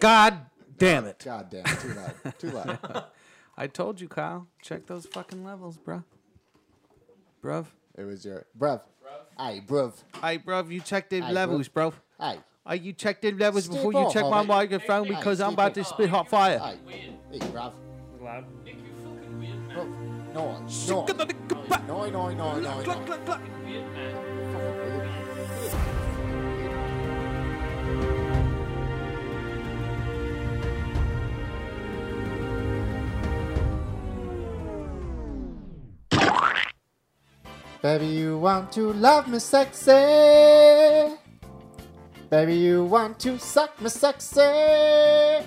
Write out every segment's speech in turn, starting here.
God damn it. God damn, too loud. Too loud. I told you, Kyle. Check those fucking levels, bruh. Bruv. It was your bruv. Aye, bruv. Hey, bruv, you check the Aye, levels, bro. Aye. Hey, you check the levels Step before you off check of my it. microphone Hey, because I'm step about to off. spit hot fire. Aye. Hey, bruv. Loud. Bruv. No, no. No, no, no, no, no. Baby, you want to love me sexy. Baby, you want to suck me sexy.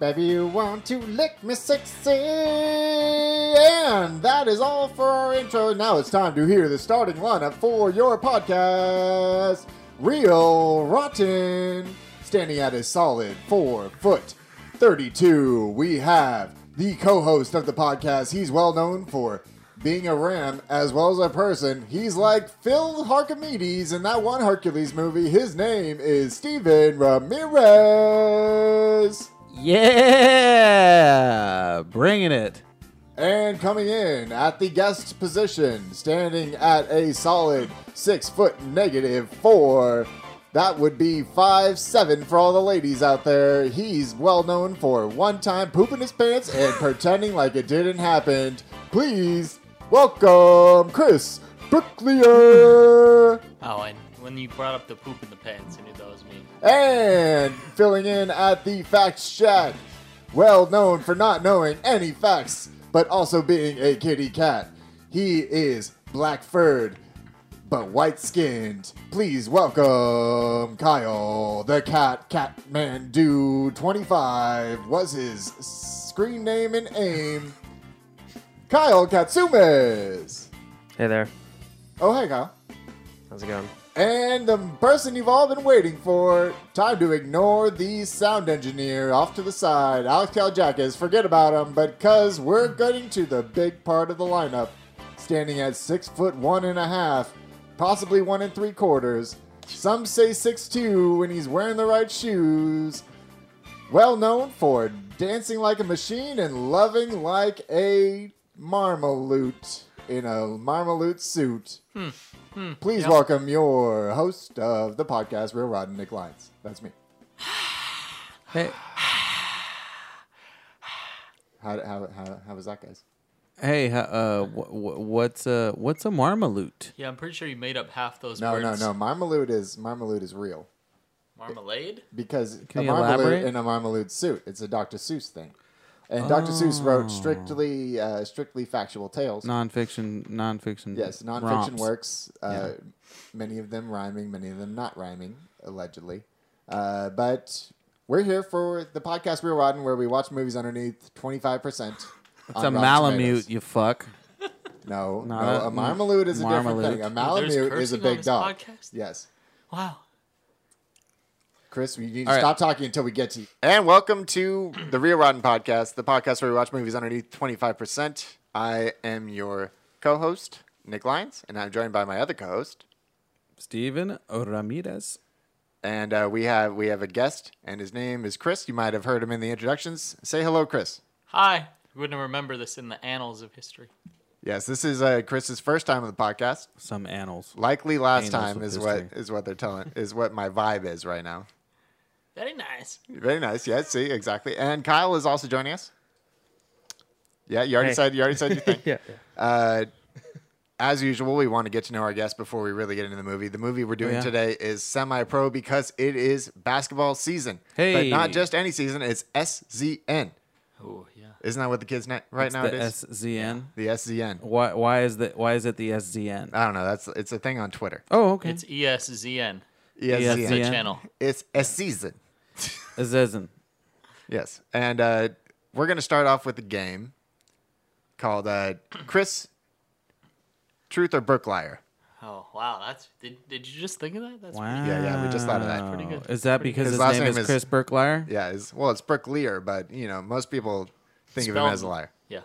Baby, you want to lick me sexy. And that is all for our intro. Now it's time to hear the starting lineup for your podcast. Real Rotten. Standing at a solid four foot 32, we have the co host of the podcast. He's well known for being a ram as well as a person. He's like Phil Harcomedes in that one Hercules movie. His name is Steven Ramirez. Yeah. Bringing it. And coming in at the guest position, standing at a solid six foot negative four. That would be five seven for all the ladies out there. He's well known for one time pooping his pants and pretending like it didn't happen. Please welcome Chris Brooklier. Oh, and when you brought up the poop in the pants, I knew that was me. And filling in at the facts chat, well known for not knowing any facts, but also being a kitty cat. He is black furred, but white skinned. Please welcome Kyle, the cat Catman Do 25 was his screen name and aim. Kyle Katsumes. Hey there. Oh, hey, Kyle. How's it going? And the person you've all been waiting for, time to ignore the sound engineer off to the side, Alex Kaljakis. Forget about him, but cuz we're getting to the big part of the lineup, standing at six foot one and a half, possibly one and three quarters. Some say six two when he's wearing the right shoes. Well known for dancing like a machine and loving like a marmalute in a marmalute suit. Please welcome your host of the podcast, Real Rod and Nick Lyons. That's me. Hey, How, how, how, how was that, guys? hey, uh, uh, wh- wh- what's a what's a marmalute? Yeah, I'm pretty sure you made up half those No, no, words. no. Marmalade is marmalade is real Marmalade? because Can a you marmalade elaborate? in a marmalade suit. It's a Dr. Seuss thing, and Dr. Seuss Oh. wrote strictly uh, strictly factual tales. Nonfiction, nonfiction. yes, nonfiction romps. works. Uh, Many of them rhyming, many of them not rhyming, allegedly. Uh, but we're here for the podcast Real Rotten, where we watch movies underneath twenty five percent. It's a malamute, you fuck. No, no, No, that- a mm, marmalade is a Marmalade. different thing. A Well, malamute there's is a cursing on big this dog. podcast? Yes. Wow. Chris, we need to All right. stop talking until we get to you. And welcome to the Real Rotten Podcast, the podcast where we watch movies underneath 25%. I am your co host, Nick Lyons, and I'm joined by my other co host. Steven Ramirez. And uh, we have we have a guest, and his name is Chris. You might have heard him in the introductions. Say hello, Chris. Hi. You wouldn't remember this in the annals of history. Yes, this is uh, Chris's first time on the podcast. Some annals. Likely Annals last time of is what history. is what they're telling is what my vibe is right now. Very nice. Very nice. Yeah, see, exactly. And Kyle is also joining us. Yeah, you already Hey. said you already said your thing. Yeah. Uh, as usual, we want to get to know our guests before we really get into the movie. The movie we're doing yeah. today is semi pro because it is basketball season. But Hey. not just any season, it's SZN. Oh, yeah. Isn't that what the kids na- right It's now the it is? SZN. the SZN. Why? Why is that? Why is it the SZN? I don't know. That's it's a thing on Twitter. E oh, okay. It's E ESZN, ESZN. the ESZN. channel. It's a season. SZN. Yes. And uh, we're going to start off with a game called uh, Chris Truth or Brook Liar. Oh, wow. That's Did, did you just think of that? That's Wow. Yeah, yeah, we just thought of that. Pretty good. Is that Pretty because good. his, His last name, name is, is- Chris Burklier? Yeah, it's, well, it's Brook Lear, but, you know, most people think of him Spelled- as a liar. Yeah.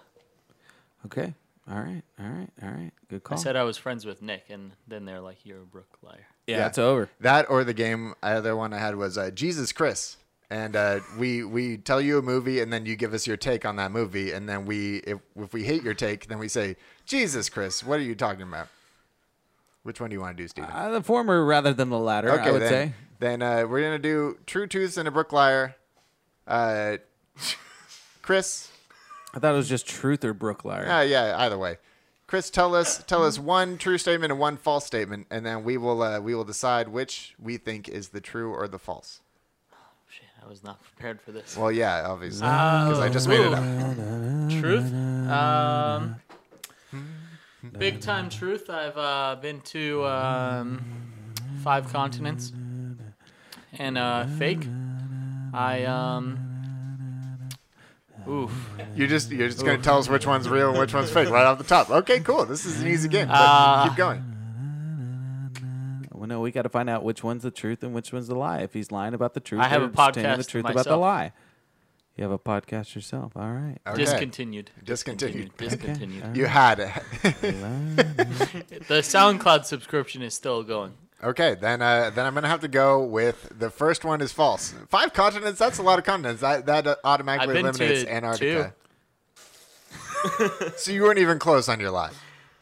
Okay. All right. All right. All right. Good I call. said I was friends with Nick, and then they're like, you're a Brook liar. yeah, Yeah. it's over. That or the game, other one I had was uh, Jesus Chris. and uh, we we tell you a movie, and then you give us your take on that movie, and then we if if we hate your take, then we say, Jesus, Chris, what are you talking about? Which one do you want to do, Steven? Uh, the former rather than the latter, I would then, say. Then uh, we're gonna do True Tooth and a Brook Liar. Uh, Chris, I thought it was just truth or Brooklier. uh, yeah, either way. Chris, tell us tell us one true statement and one false statement, and then we will uh, we will decide which we think is the true or the false. Shit, I was not prepared for this. Well, yeah, obviously, because I just made it up. Truth. Um, big time truth. I've uh, been to um, five continents. And uh, fake. I um. Oof. You just you're just gonna tell us which one's real and which one's fake right off the top. Okay, cool. This is an easy game. but Uh, keep going. Well, no, we got to find out which one's the truth and which one's the lie. If he's lying about the truth, I have or a just telling podcast the truth about the myself. lie. You have a podcast yourself. All right. Uh, Okay. Discontinued. Discontinued. Discontinued. You had it. The SoundCloud subscription is still going. okay, then uh, then I'm gonna have to go with the first one is false. Five continents. That's a lot of continents. That that uh, I've automatically been eliminates to Antarctica. so you weren't even close on your lie.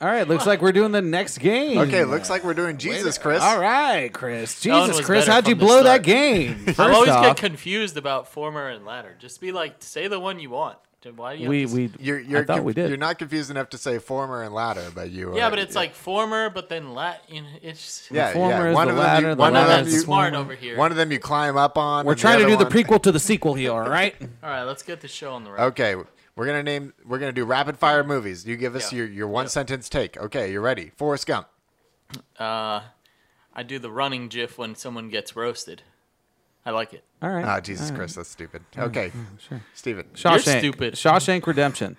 All right. Looks like we're doing the next game. Okay, looks like we're doing Jesus, Chris. All right, Chris. That one Jesus, was Chris, better how'd you from the blow that start. game? First I always off, get confused about former and latter. Just be like, say the one you want. Why do you? have we to- we You're, you're I thought conf- we did. You're not confused enough to say former and latter, but you. yeah, are- but it's like former, but then Latin. It's yeah, The former yeah. is one the of them latter, you, the one I'm of latter them is not the you, former. smart over here. one of them you climb up on. We're and trying to other do the one- prequel to the sequel here. All right. All right, let's get the show on the road. Okay, we're gonna name. We're gonna do rapid fire movies. You give us Yeah. your your one sentence take. Okay, you're ready. Forrest Gump. Uh, I do the running gif when someone gets roasted. I like it. All right. Ah, Jesus Christ, that's stupid. Okay, sure. Steven. Shawshank. stupid. Shawshank Redemption.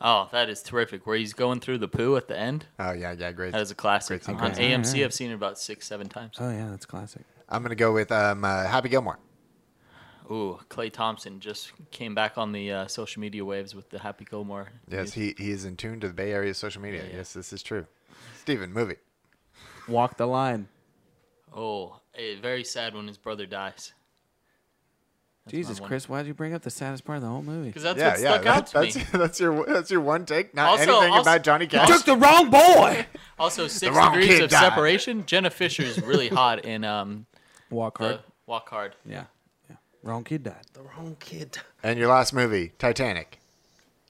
Oh, that is terrific. Where he's going through the poo at the end. Oh yeah, yeah, great. That is a classic. Great Uh. on sequence. AMC, I've seen it about six, seven times. Oh yeah, that's classic. I'm gonna go with um uh, Happy Gilmore. Ooh, Clay Thompson just came back on the uh, social media waves with the Happy Gilmore. Yes, he he is in tune to the Bay Area social media. Yeah, yeah. Yes, this is true. Steven, movie. Walk the line. Oh, eh, very sad when his brother dies. Jesus, one. Chris, why'd you bring up the saddest part of the whole movie? Because that's yeah, what yeah. stuck out that- that's to me. that's your that's your one take. Not Also- anything also- about Johnny Cash. Took the wrong boy. Also, six wrong degrees kid of died. separation. Jenna Fisher is really hot in um, Walk hard. the Walk Hard. yeah. yeah. Wrong kid died. and your last movie, Titanic.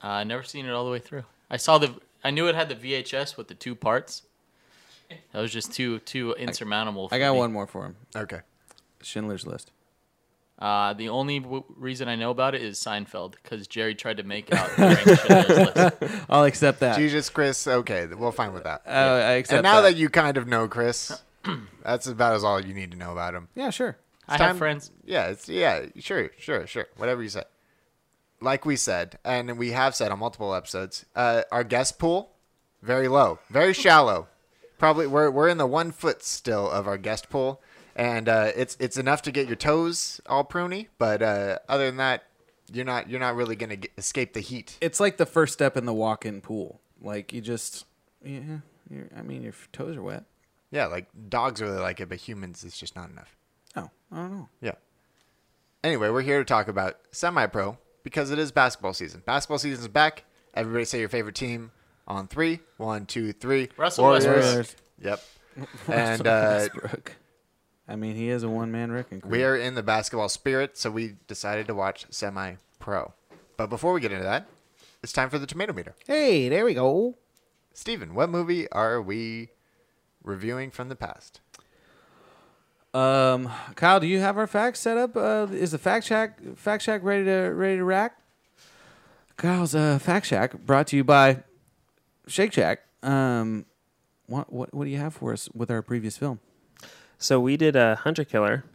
Uh, I never seen it all the way through. I saw the. I knew it had the VHS with the two parts. That was just too too insurmountable. I for got me. one more for him. Okay. Schindler's List. Uh, the only w- reason I know about it is Seinfeld because Jerry tried to make out. during Schindler's List. I'll accept Uh, that. Jesus, Chris. Okay, we'll fine with that. Uh, I accept and now that. that. you kind of know Chris, that's about as all you need to know about him. yeah, sure. I time- have friends. Yeah, it's yeah, sure, sure, sure. Whatever you say. Like we said, and we have said on multiple episodes, uh, our guest pool very low, very shallow. Probably we're we're in the one foot still of our guest pool, and uh, it's it's enough to get your toes all pruny. But uh, other than that, you're not you're not really gonna get, escape the heat. It's like the first step in the walk-in pool. Like you just, yeah. You're, I mean, your toes are wet. Yeah, like dogs really like it, but humans it's just not enough. Oh, I don't know. Yeah. Anyway, we're here to talk about semi pro because it is basketball season. Basketball season is back. Everybody say your favorite team on three. One, two, three. Russell Westbrook. Yep. and uh, Westbrook. I mean, he is a one-man wrecking crew. we are in the basketball spirit, so we decided to watch semi pro. But before we get into that, it's time for the tomato meter. Hey, there we go. Steven, what movie are we reviewing from the past? Um, Kyle, do you have our facts set up? Uh, is the fact shack fact shack ready to ready to rack? Kyle's uh, fact shack brought to you by Shake Shack. Um, what what what do you have for us with our previous film? So we did a hunter killer.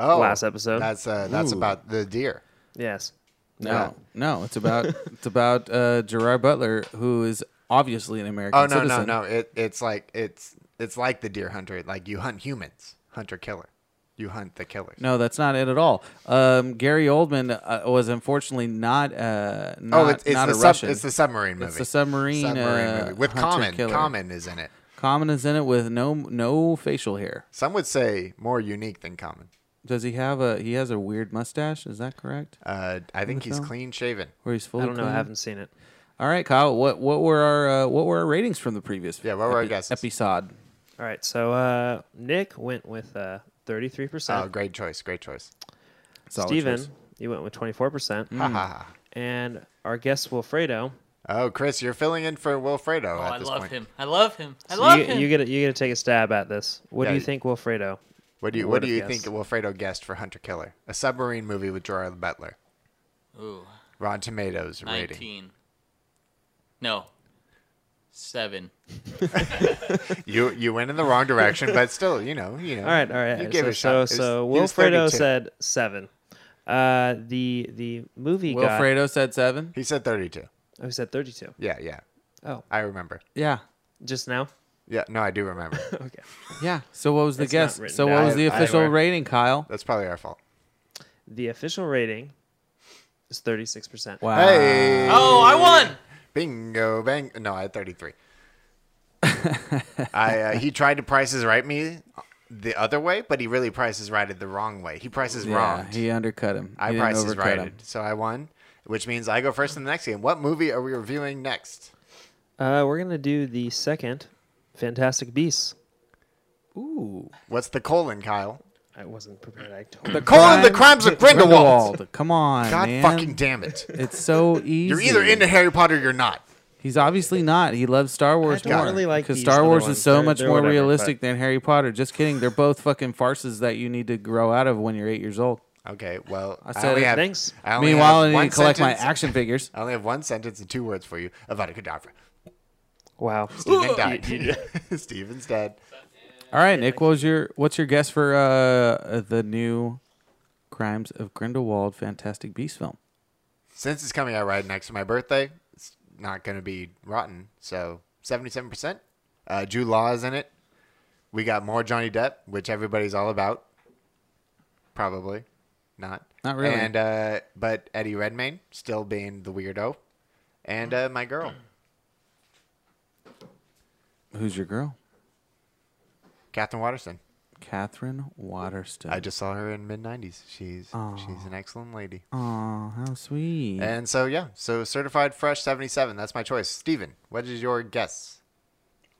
Oh, Last episode. That's uh, that's Ooh. about the deer. Yes. No, no, it's about it's about uh, Gerard Butler, who is obviously an American Oh no citizen. no no! It it's like it's it's like the deer hunter. Like you hunt humans, hunter killer. You hunt the killers. No, that's not it at all. Um, Gary Oldman uh, was unfortunately not uh, not, oh, it's, it's not the a sub, Russian. it's the submarine movie. It's the submarine, uh, with hunter common killer. common is in it. Common is in it with no no facial hair. Some would say more unique than common. Does he have a? He has a weird mustache. Is that correct? Uh, I think he's film? clean shaven. Where he's fully. I don't know. I clean? haven't seen it. All right, Kyle. What what were our uh, what were our ratings from the previous? Yeah, what were our guesses? Episode. All right. So uh, Nick went with uh, 33%. Oh, great choice. Great choice. Uh, Solid Steven, choice. you went with 24%. Hmm. Ha ha ha. And our guest, Wilfredo, Oh, Chris, you're filling in for Wilfredo Oh, at I this love point. him. I love him. I So love you, him. you get you get to take a stab at this. What Yeah, do you you- think, Wilfredo? What do you What Would do have you guessed. think Wilfredo guessed for Hunter Killer? A submarine movie with Gerard Butler. Ooh, Rotten Tomatoes rating. 19. No. Seven. You you went in the wrong direction, but still, you know, you know. All right, all right. You all gave right. it so a shot. so, It was- so he Wilfredo was 32. said seven. Uh, the the movie got. Wilfredo said seven. He said 32. Oh, he said thirty-two. Yeah, yeah. Oh, I remember. Yeah, just now. Yeah, no, I do remember. Okay. yeah. So what was the It's not guess? written So down. what was the I- I- official anywhere. rating, Kyle? That's probably our fault. The official rating is thirty-six percent. Wow. Hey, Oh, I won. bingo, bang. No, I had 33. I uh, he tried to prices right me the other way, but he really prices righted the wrong way. He prices Yeah, wrong. he undercut him. I he didn't prices overcut righted, him. so I won, which means I go first in the next game. What movie are we reviewing next? Uh, we're gonna do the second Fantastic Beasts. Ooh, What's the colon, Kyle? I wasn't prepared. I told the Colin, the crimes of Grindelwald. Come on, God man. fucking damn it! It's so easy. You're either into Harry Potter or you're not. He's obviously not. He loves Star Wars don't more. really like because these Star other Wars ones. is so They're- much they're more whatever, realistic than Harry Potter. Just kidding. They're both fucking farces that you need to grow out of when you're eight years old. Okay, well, I, said only it. have. Thanks. I only Meanwhile, I have need one to collect sentence. my action figures. I only have one sentence and two words for you. Avada Kedavra. Wow. Steven died. Steven's dead. All right, Nick. What was your what's your guess for uh, the new Crimes of Grindelwald Fantastic Beast film? Since it's coming out right next to my birthday, it's not going to be rotten. So 77%. Uh, Jude Law is in it. We got more Johnny Depp, which everybody's all about. Probably. Not. Not really. And uh, But Eddie Redmayne still being the weirdo. And uh, my girl, Who's your girl? Catherine Waterston. Catherine Waterston. I just saw her in mid 90s. She's, she's an excellent lady. Um, Aw, how sweet. And so, yeah. So certified fresh 77. That's my choice. Steven, what is your guess?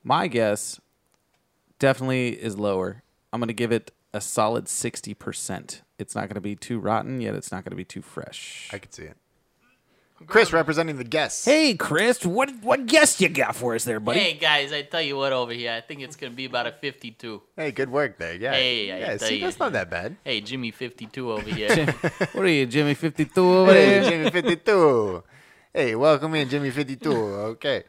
My guess definitely is lower. I'm going to give it a solid 60%. It's not going to be too rotten, yet it's not going to be too fresh. I could see it. Chris representing the guests. hey, Chris, what what guess you got for us there, buddy? Hey guys, I tell you what over here. I think it's gonna be about a 52. Hey, good work there. Yeah. Hey, I yeah. tell See, you. that's not that bad. Hey Jimmy, 52 over here. What are you, Jimmy 52 over Hey, there? Jimmy 52. Hey, welcome in, Jimmy 52. Okay.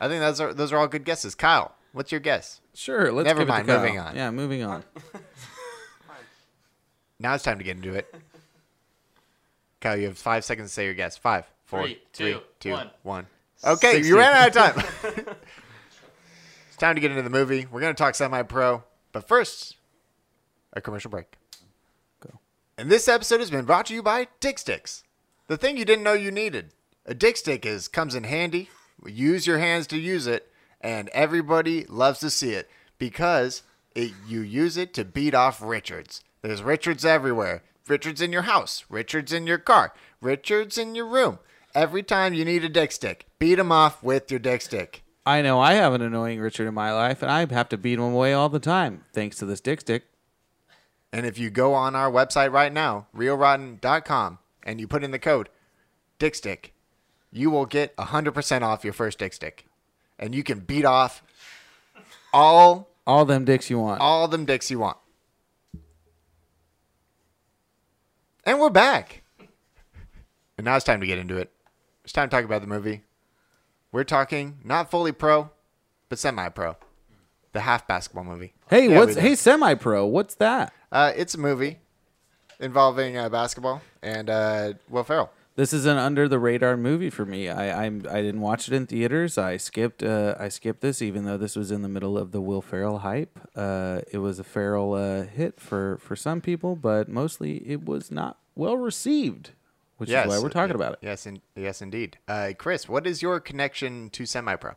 I think those are those are all good guesses. Kyle, what's your guess? Sure, let's Never give it to mind, Kyle. moving on. Yeah, moving on. Now it's time to get into it. Kyle, you have five seconds to say your guess. Five, four, Three, two, one. one. Okay, you ran out of time. it's time to get into the movie. We're going to talk semi pro, but first, a commercial break. Go. And this episode has been brought to you by Dick Sticks, the thing you didn't know you needed. A dick stick is comes in handy. Use your hands to use it, and everybody loves to see it because it, you use it to beat off Richards. There's Richards everywhere. Richards in your house. Richards in your car. Richards in your room. Every time you need a dick stick, beat him off with your dick stick. I know I have an annoying Richard in my life, and I have to beat him away all the time, thanks to this dick stick. And if you go on our website right now, realrotten.com, and you put in the code DickStick, you will get 100% off your first dick stick. And you can beat off all All them dicks you want. all them dicks you want. And we're back. And now it's time to get into it. It's time to talk about the movie. We're talking not fully pro, but semi pro. The half basketball movie. hey, Yeah, what's we- hey semi pro? What's that? uh, it's a movie involving uh, basketball and uh, Will Ferrell. this is an under the radar movie for me. I I'm, I didn't watch it in theaters. I skipped uh, I skipped this, even though this was in the middle of the Will Ferrell hype. Uh, it was a Ferrell uh, hit for for some people, but mostly it was not well received, which is why we're talking about it. Yes, in, yes, indeed. Uh, Chris, what is your connection to semi pro?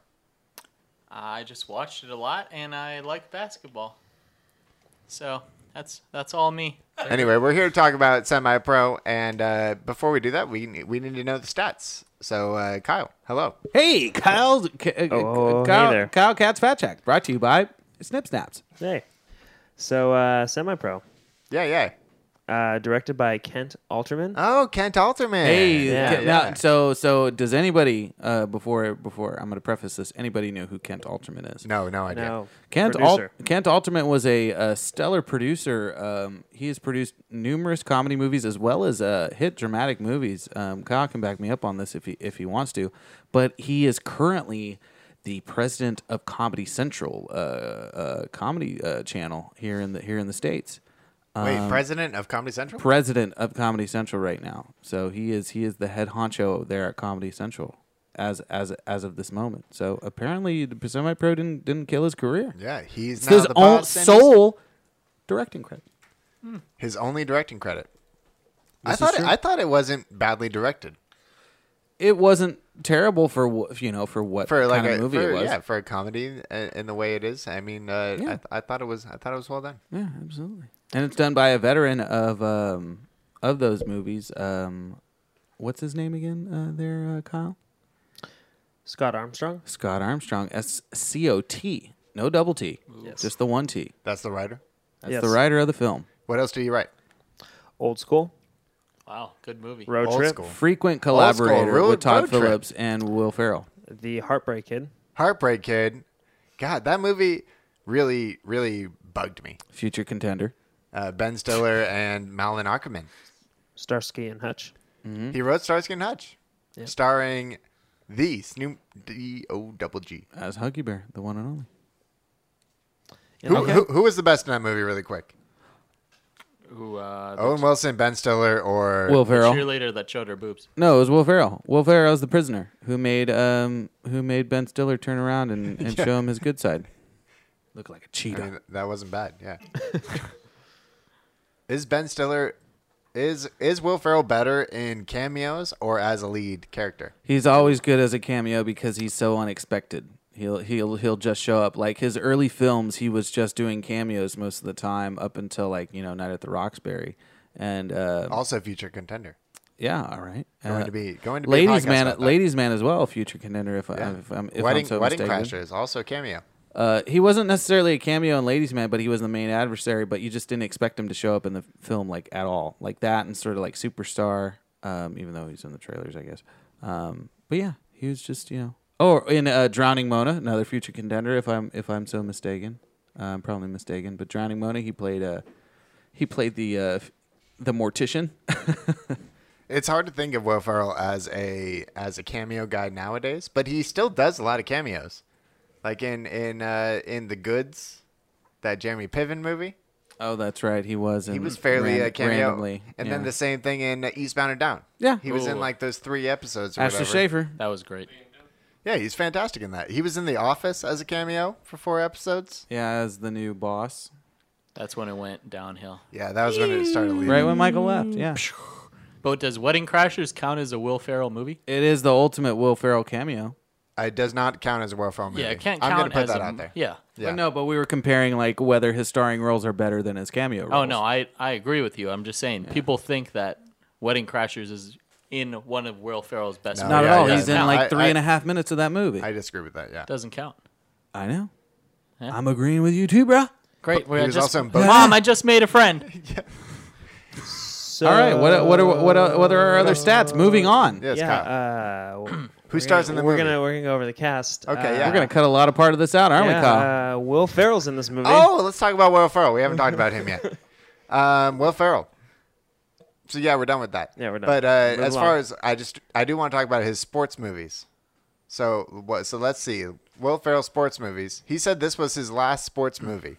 I just watched it a lot and I like basketball. So That's that's all me. Anyway, we're here to talk about semi pro, and uh, before we do that, we ne- we need to know the stats. So, uh, Kyle, hello. Hey, Kyle. K- uh, Oh, hey Kyle, there. Kyle Cat's Fat Check. Brought to you by Snip Snaps. Hey. So, uh, Semi Pro, Yeah, yeah. uh, directed by Kent Alterman. Oh, Kent Alterman. Hey, Yeah, Kent- yeah. Now, so so does anybody uh, before before I'm going to preface this? Anybody know who Kent Alterman is? No, no idea. no. Kent, Al- producer. Kent Alterman was a, uh stellar producer. Um, he has produced numerous comedy movies as well as uh, hit dramatic movies. Um, Kyle can back me up on this if he if he wants to, but he is currently the president of Comedy Central, uh, uh, comedy uh, channel here in the here in the states. Wait, Um, president of Comedy Central? President of Comedy Central right now, so he is he is the head honcho there at Comedy Central as as as of this moment. So apparently, semi pro didn't didn't kill his career. yeah, he's It's now his the own boss and he's- sole directing credit. His only directing credit. I This is thought it, true. I thought it wasn't badly directed It wasn't terrible for what you know for what for like kind a of movie for, it was. yeah for a comedy uh, in the way it is. I mean, uh, I, Yeah. th- I thought it was I thought it was well done. Yeah, absolutely. And it's done by a veteran of um of those movies. Um, what's his name again? Uh, there, uh, Kyle Scott Armstrong. Scott Armstrong. S C O T, no double T, Yes. just the one T. That's the writer. That's Yes. the writer of the film. What else do you write? Old School. Wow, good movie. Road Old Trip. school. Frequent Old school collaborator road- with Todd road trip. Phillips and Will Ferrell. The Heartbreak Kid. Heartbreak Kid. God, that movie really really bugged me. Future contender. Uh, ben Stiller and Malin Ackerman. Starsky and Hutch. Hmm? He wrote Starsky and Hutch, starring the Snoop D O double G. As Huggy Bear, the one and only. Who, who, who was the best in that movie? Really quick. Who uh, the Owen Wilson, Ben Stiller, or Will Ferrell. cheerleader that showed her boobs? No, it was Will Ferrell. Will Ferrell's the prisoner who made um who made Ben Stiller turn around and, and show him his good side. Look like a I cheater. mean, that wasn't bad. Yeah. is Ben Stiller is is Will Ferrell better in cameos or as a lead character? he's always good as a cameo because he's so unexpected. He'll he'll he'll just show up. Like his early films, he was just doing cameos most of the time up until like you know Night at the Roxbury, and uh, Also, future contender. yeah, all right. Going Uh, to be going to be a ladies podcast man, about that. ladies man as well, future contender. If, Yeah. I, if I'm if wedding I'm so wedding mistaken. crashers also cameo. Uh, he wasn't necessarily a cameo in Ladies Man, but he was the main adversary. But you just didn't expect him to show up in the film like at all, like that, and sort of like superstar. Um, even though he's in the trailers, I guess. Um, but yeah, he was just you know. Oh, in uh, Drowning Mona, another future contender, if I'm if I'm so mistaken. Uh, I'm probably mistaken, but Drowning Mona, he played uh, he played the uh, f- the mortician. It's hard to think of Will Ferrell as a as a cameo guy nowadays, but he still does a lot of cameos, like in in uh, in the Goods, that Jeremy Piven movie. oh, that's right, he was. In He was fairly ran- a cameo, randomly. and yeah. then the same thing in uh, Eastbound and Down. Yeah. he was in Ooh. like those three episodes. Or Ashley whatever. Schaefer. That was great. Yeah, he's fantastic in that. He was in The Office as a cameo for four episodes. Yeah, as the new boss. That's when it went downhill. Yeah, that was when it started leaving. Right when Michael left. Yeah. But does Wedding Crashers count as a Will Ferrell movie? It is the ultimate Will Ferrell cameo. It does not count as a Will Ferrell movie. Yeah, it can't I'm count gonna put as that a- out there. Yeah. Yeah. But no, but we were comparing like whether his starring roles are better than his cameo roles. Oh no, I I agree with you. I'm just saying people think that Wedding Crashers is in one of Will Ferrell's best. No, Not movies. yeah, at all. yeah, He's in no, I- like three and I- a half minutes of that movie. I I, disagree with that. Yeah, Doesn't count. know. Yeah. I'm agreeing with you too, bruh. Great. he was also in both. Mom, I just made a friend. So, All right. Uh, What what are what are, what are our other stats? Moving on. Yes, yeah. Kyle. Uh, we're gonna- stars in the we're movie? Gonna, we're going to go over the cast. Okay, Uh, yeah. We're gonna cut a lot of part of this out, aren't we, Kyle? yeah, uh, Will Ferrell's in this movie. Oh, let's talk about Will Ferrell. We haven't talked about him yet. Um, Will Ferrell. So yeah, we're done with that. Yeah, we're done. But uh, Move as far along. as I just, I do want to talk about his sports movies. So what? So let's see. Will Ferrell sports movies. He said this was his last sports movie.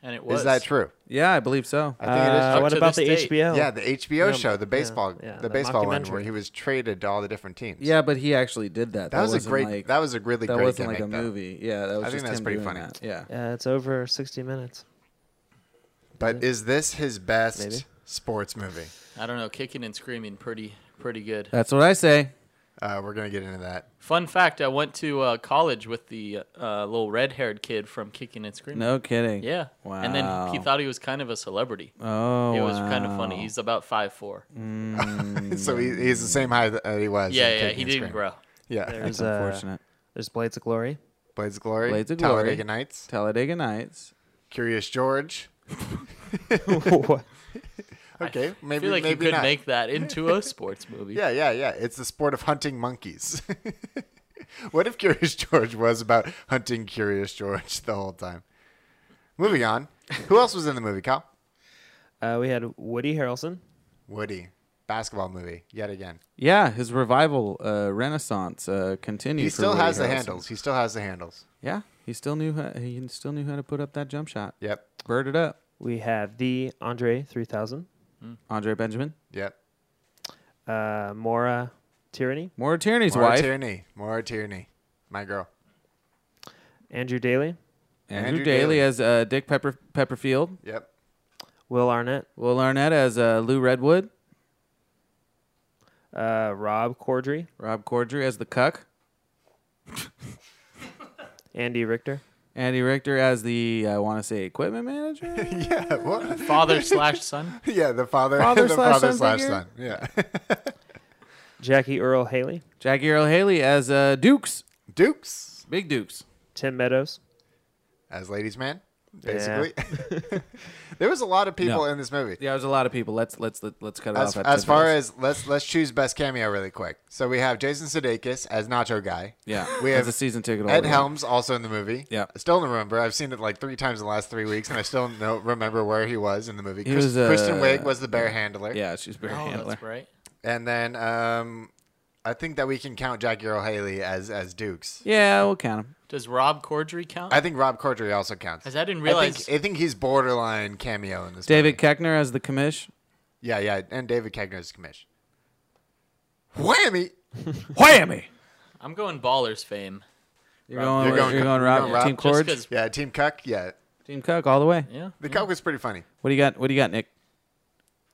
And it was. Is that true? Yeah, I believe so. I think it is. Uh, true. what to about this the date. HBO? Yeah, the HBO Yeah, show, the yeah, baseball, yeah, the, the baseball one where mockumentary. he was traded to all the different teams. yeah, but he actually did that. that, was a wasn't, great. Like, that was a really that great wasn't like a gimmick, though. movie. Yeah, that was. I think just that's him pretty doing funny. that. Yeah. Uh, it's over 60 minutes. But is this his best Maybe. sports movie? I don't know. Kicking and screaming, pretty pretty good. That's what I say. Uh, we're gonna get into that. Fun fact: I went to uh, college with the uh, little red-haired kid from Kicking and Screaming. No kidding. Yeah. And then he Wow. thought he was kind of a celebrity. Oh, it was kind of funny. wow. He's about five four. so he, he's the same height that he was. yeah, in yeah. Kicking He and didn't Screaming. grow. Yeah, There's That's uh, unfortunate. there's Blades of Glory. Blades of Glory, Blades of Talladega Glory. Nights, Talladega Nights. Curious George. Okay, I maybe feel like maybe you could not. make that into a sports movie. Yeah, yeah, yeah. It's the sport of hunting monkeys. what if Curious George was about hunting Curious George the whole time? Moving on. Who else was in the movie, Kyle? Uh, we had Woody Harrelson. Woody. Basketball movie, yet again. Yeah, his revival uh, renaissance uh, continued. He for still Woody has the Harrelson. handles. He still has the handles. Yeah, he still knew how, he still knew how to put up that jump shot. Yep. Bird it up, We have the Andre 3000, Andre Benjamin. Yep. uh, Maura Tierney, Maura Tierney's Maura wife, Tierney. Maura Tierney. My girl. Andrew Daly, Andrew, Andrew Daly, Daly. as uh, Dick Pepper Pepperfield, Yep. Will Arnett, Will Arnett as uh, Lou Redwood, uh, Rob Corddry, Rob Corddry as the cuck, Andy Richter, Andy Richter as the I want to say equipment manager. Yeah. What? Father slash son. Yeah, the father, Father the slash father son slash figure? son. Yeah. Jackie Earl Haley, Jackie Earl Haley as uh, Dukes, Dukes Big Dukes. Tim Meadows, as ladies man, basically. there was a lot of people No. in this movie. Yeah, there's a lot of people. Let's let's let, let's cut it as, off. as far as let's let's choose best cameo really quick. So we have Jason Sudeikis as Nacho Guy. yeah, we as have a season ticket. Ed holder. Helms also in the movie. Yeah. still don't remember. I've seen it like three times in the last three weeks, and I still don't remember where he was in the movie. He Chris, was, uh, Kristen Wiig was the bear handler. Yeah, she's very Oh, handler. that's right. and then um, I think that we can count Jackie Earl Haley as as Dukes. Yeah, we'll count him. Does Rob Cordry count? I think Rob Corddry also counts. As I didn't realize- think, I think he's borderline cameo in this. David movie. Keckner as the commish. Yeah, yeah, and David Kegner's commish. Whammy. Whammy! I'm going ballers fame. You're going, You're you're going going, Cuck. Rob, You're Team going Rob. Just Cord, 'cause- Yeah, Team Cuck. Yeah, Team Cook, all the way. Yeah. the Cuck was pretty funny. What do you got? What do you got, Nick?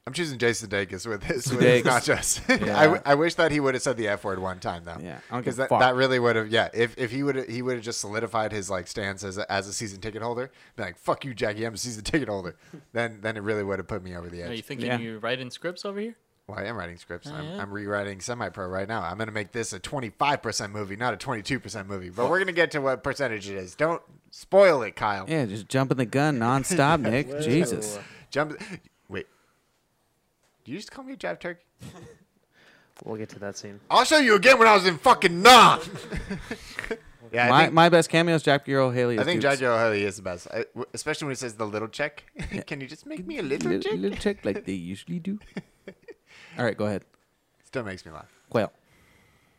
I'm choosing Jason Sudeikis with his, with Sudeikis. his nachos. I, w- I wish that he would have said the F word one time though. Yeah, I don't give because a that, fuck. that really would have. Yeah, if, if he would he would have just solidified his like stance as a, as a season ticket holder, be like fuck you, Jackie, I'm a season ticket holder. then then it really would have put me over the Are you edge. thinking Yeah. you're writing scripts over here? Well, I am writing scripts. I'm, yeah? I'm rewriting semi pro right now. I'm gonna make this a 25 percent movie, not a 22 percent movie. But we're gonna get to what percentage it is. Don't spoil it, Kyle. Yeah, just jumping the gun nonstop, Nick. Jesus. Jump. Wait. Did you just call me a jive turkey? We'll get to that scene. I'll show you again when I was in fucking non. yeah, I My, think, my best cameo is Jack Earl Haley. I as think Dukes. Jackie O'Haley is the best, I, w- especially when he says the little check. Can you just make me a little Little, check? little check like they usually do. All right, go ahead. Still makes me laugh. Well,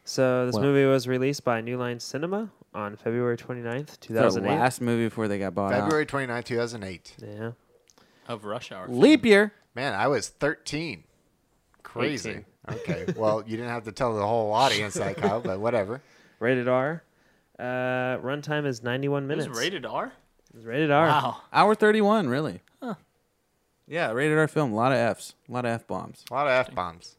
So this Well- movie was released by New Line Cinema on February 29th, the 2008. last movie before they got bought out. February 29, 2008. Yeah. Of rush hour. fame. Leap year. Man, I was 13. Crazy. Okay. Well, you didn't have to tell the whole audience that, Kyle, but whatever. Rated R. Uh, runtime is 91 It was minutes. rated R. It's rated R. Wow. Hour 31, really. Huh. Yeah, rated R film. A lot of Fs. A lot of F bombs. A lot of F bombs.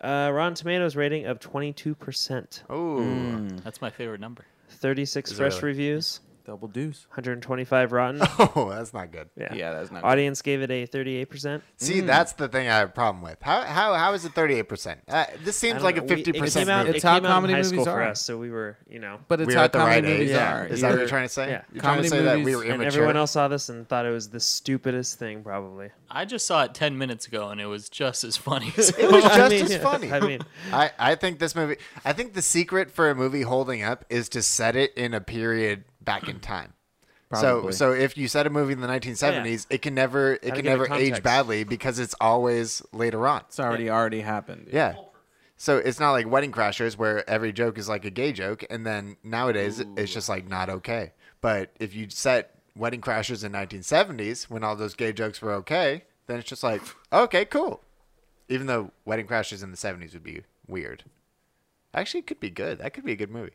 Uh, Rotten Tomatoes rating of 22%, Oh, Mm. That's my favorite number. 36 it fresh really? reviews, Double deuce. 125 rotten. Oh, that's not good. yeah. Yeah, that's not Audience gave it a 38%. See, that's the thing I have a problem with. How how how is it 38%? Uh, this I seems don't like know. a We- 50% It came out, movie. it It's how came out in comedy high school movies for are. us, so we were, you know. But it's we were how at the comedy right age. movies Yeah. are. Is that what you're trying to say? yeah. You're trying Comedy to say that we movies were and immature. everyone else saw this and thought it was the stupidest thing, probably. I just saw it 10 minutes ago and it was just as funny. So It was I just mean, as yeah, funny. I mean, I, I think this movie. I think the secret for a movie holding up is to set it in a period back in time. Probably. So so if you set a movie in the 1970s, it can never it Gotta can give it never age context. badly because it's always later on. It's already already happened. Yeah. So it's not like Wedding Crashers where every joke is like a gay joke, and then nowadays it's just like not okay. But if you set Wedding Crashers in 1970s when all those gay jokes were okay, then it's just like okay, cool. Even though Wedding Crashers in the 70s would be weird. Actually, it could be good. That could be a good movie.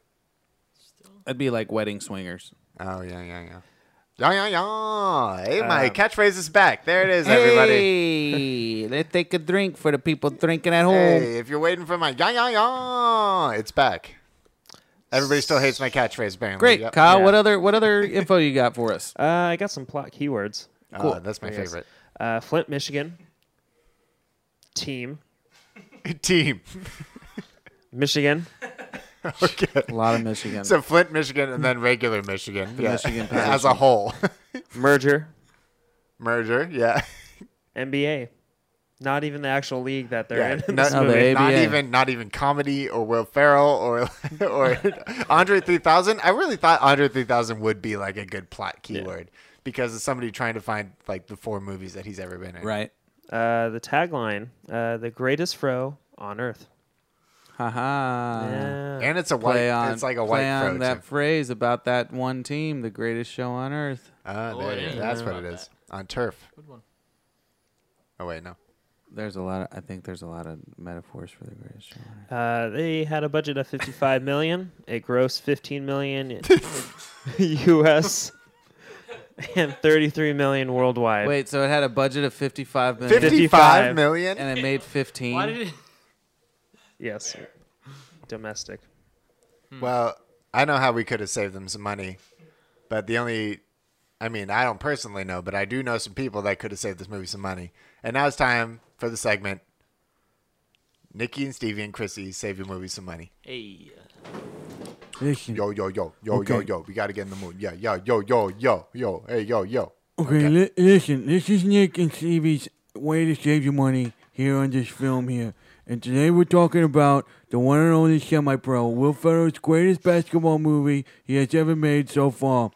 That'd be like wedding swingers. Oh yeah, yeah, yeah. Yeah, yeah, yeah. Hey, my catchphrase is back. There it is, everybody. Hey, Let's take a drink for the people drinking at home. Hey, if you're waiting for my ya ya ya, it's back. Everybody still hates my catchphrase, apparently. Great, Yep. Kyle. Yeah. What other what other info you got for us? Uh, I got some plot keywords. Ah, that's my I guess. favorite. Uh, Flint, Michigan. Team. Team. Michigan. A lot of Michigan. So Flint, Michigan, and then regular Michigan. Yeah. Michigan As a whole. Merger. Merger, yeah. NBA. Not even the actual league that they're yeah. in. in No- this the movie. not ABA. even not even comedy or Will Ferrell or or Andre 3000. I really thought Andre 3000 would be like a good plot keyword because it's somebody trying to find like the four movies that he's ever been in. right. Uh, the tagline uh, The greatest fro on earth. Haha. Yeah. And it's a white Play on. it's like a play white on fro, that too. phrase about that one team, the greatest show on earth. Ah, Oh, there I it is. didn't That's know what it about is. On turf. Good one. Oh wait, no. There's a lot. Of, I think there's a lot of metaphors for the greatest show. On earth. Uh, they had a budget of 55 million. It grossed 15 million U.S. and 33 million worldwide. Wait, so it had a budget of 55 million 55 million? and it made 15. Why did it? Yes. Domestic. Well, I know how we could have saved them some money, but the only, I mean, I don't personally know, but I do know some people that could have saved this movie some money. And now it's time for the segment. Nikki and Stevie and Chrissy save your movie some money. Hey, Yo, yo, yo, yo, yo, Okay. yo. We got to get in the mood. Yeah, yeah, yo, yo, yo, yo. Hey, yo, yo. Okay, li- listen. This is Nick and Stevie's way to save you money here on this film here, and today we're talking about the one and only semi-pro, Will Ferrell's greatest basketball movie he has ever made so far.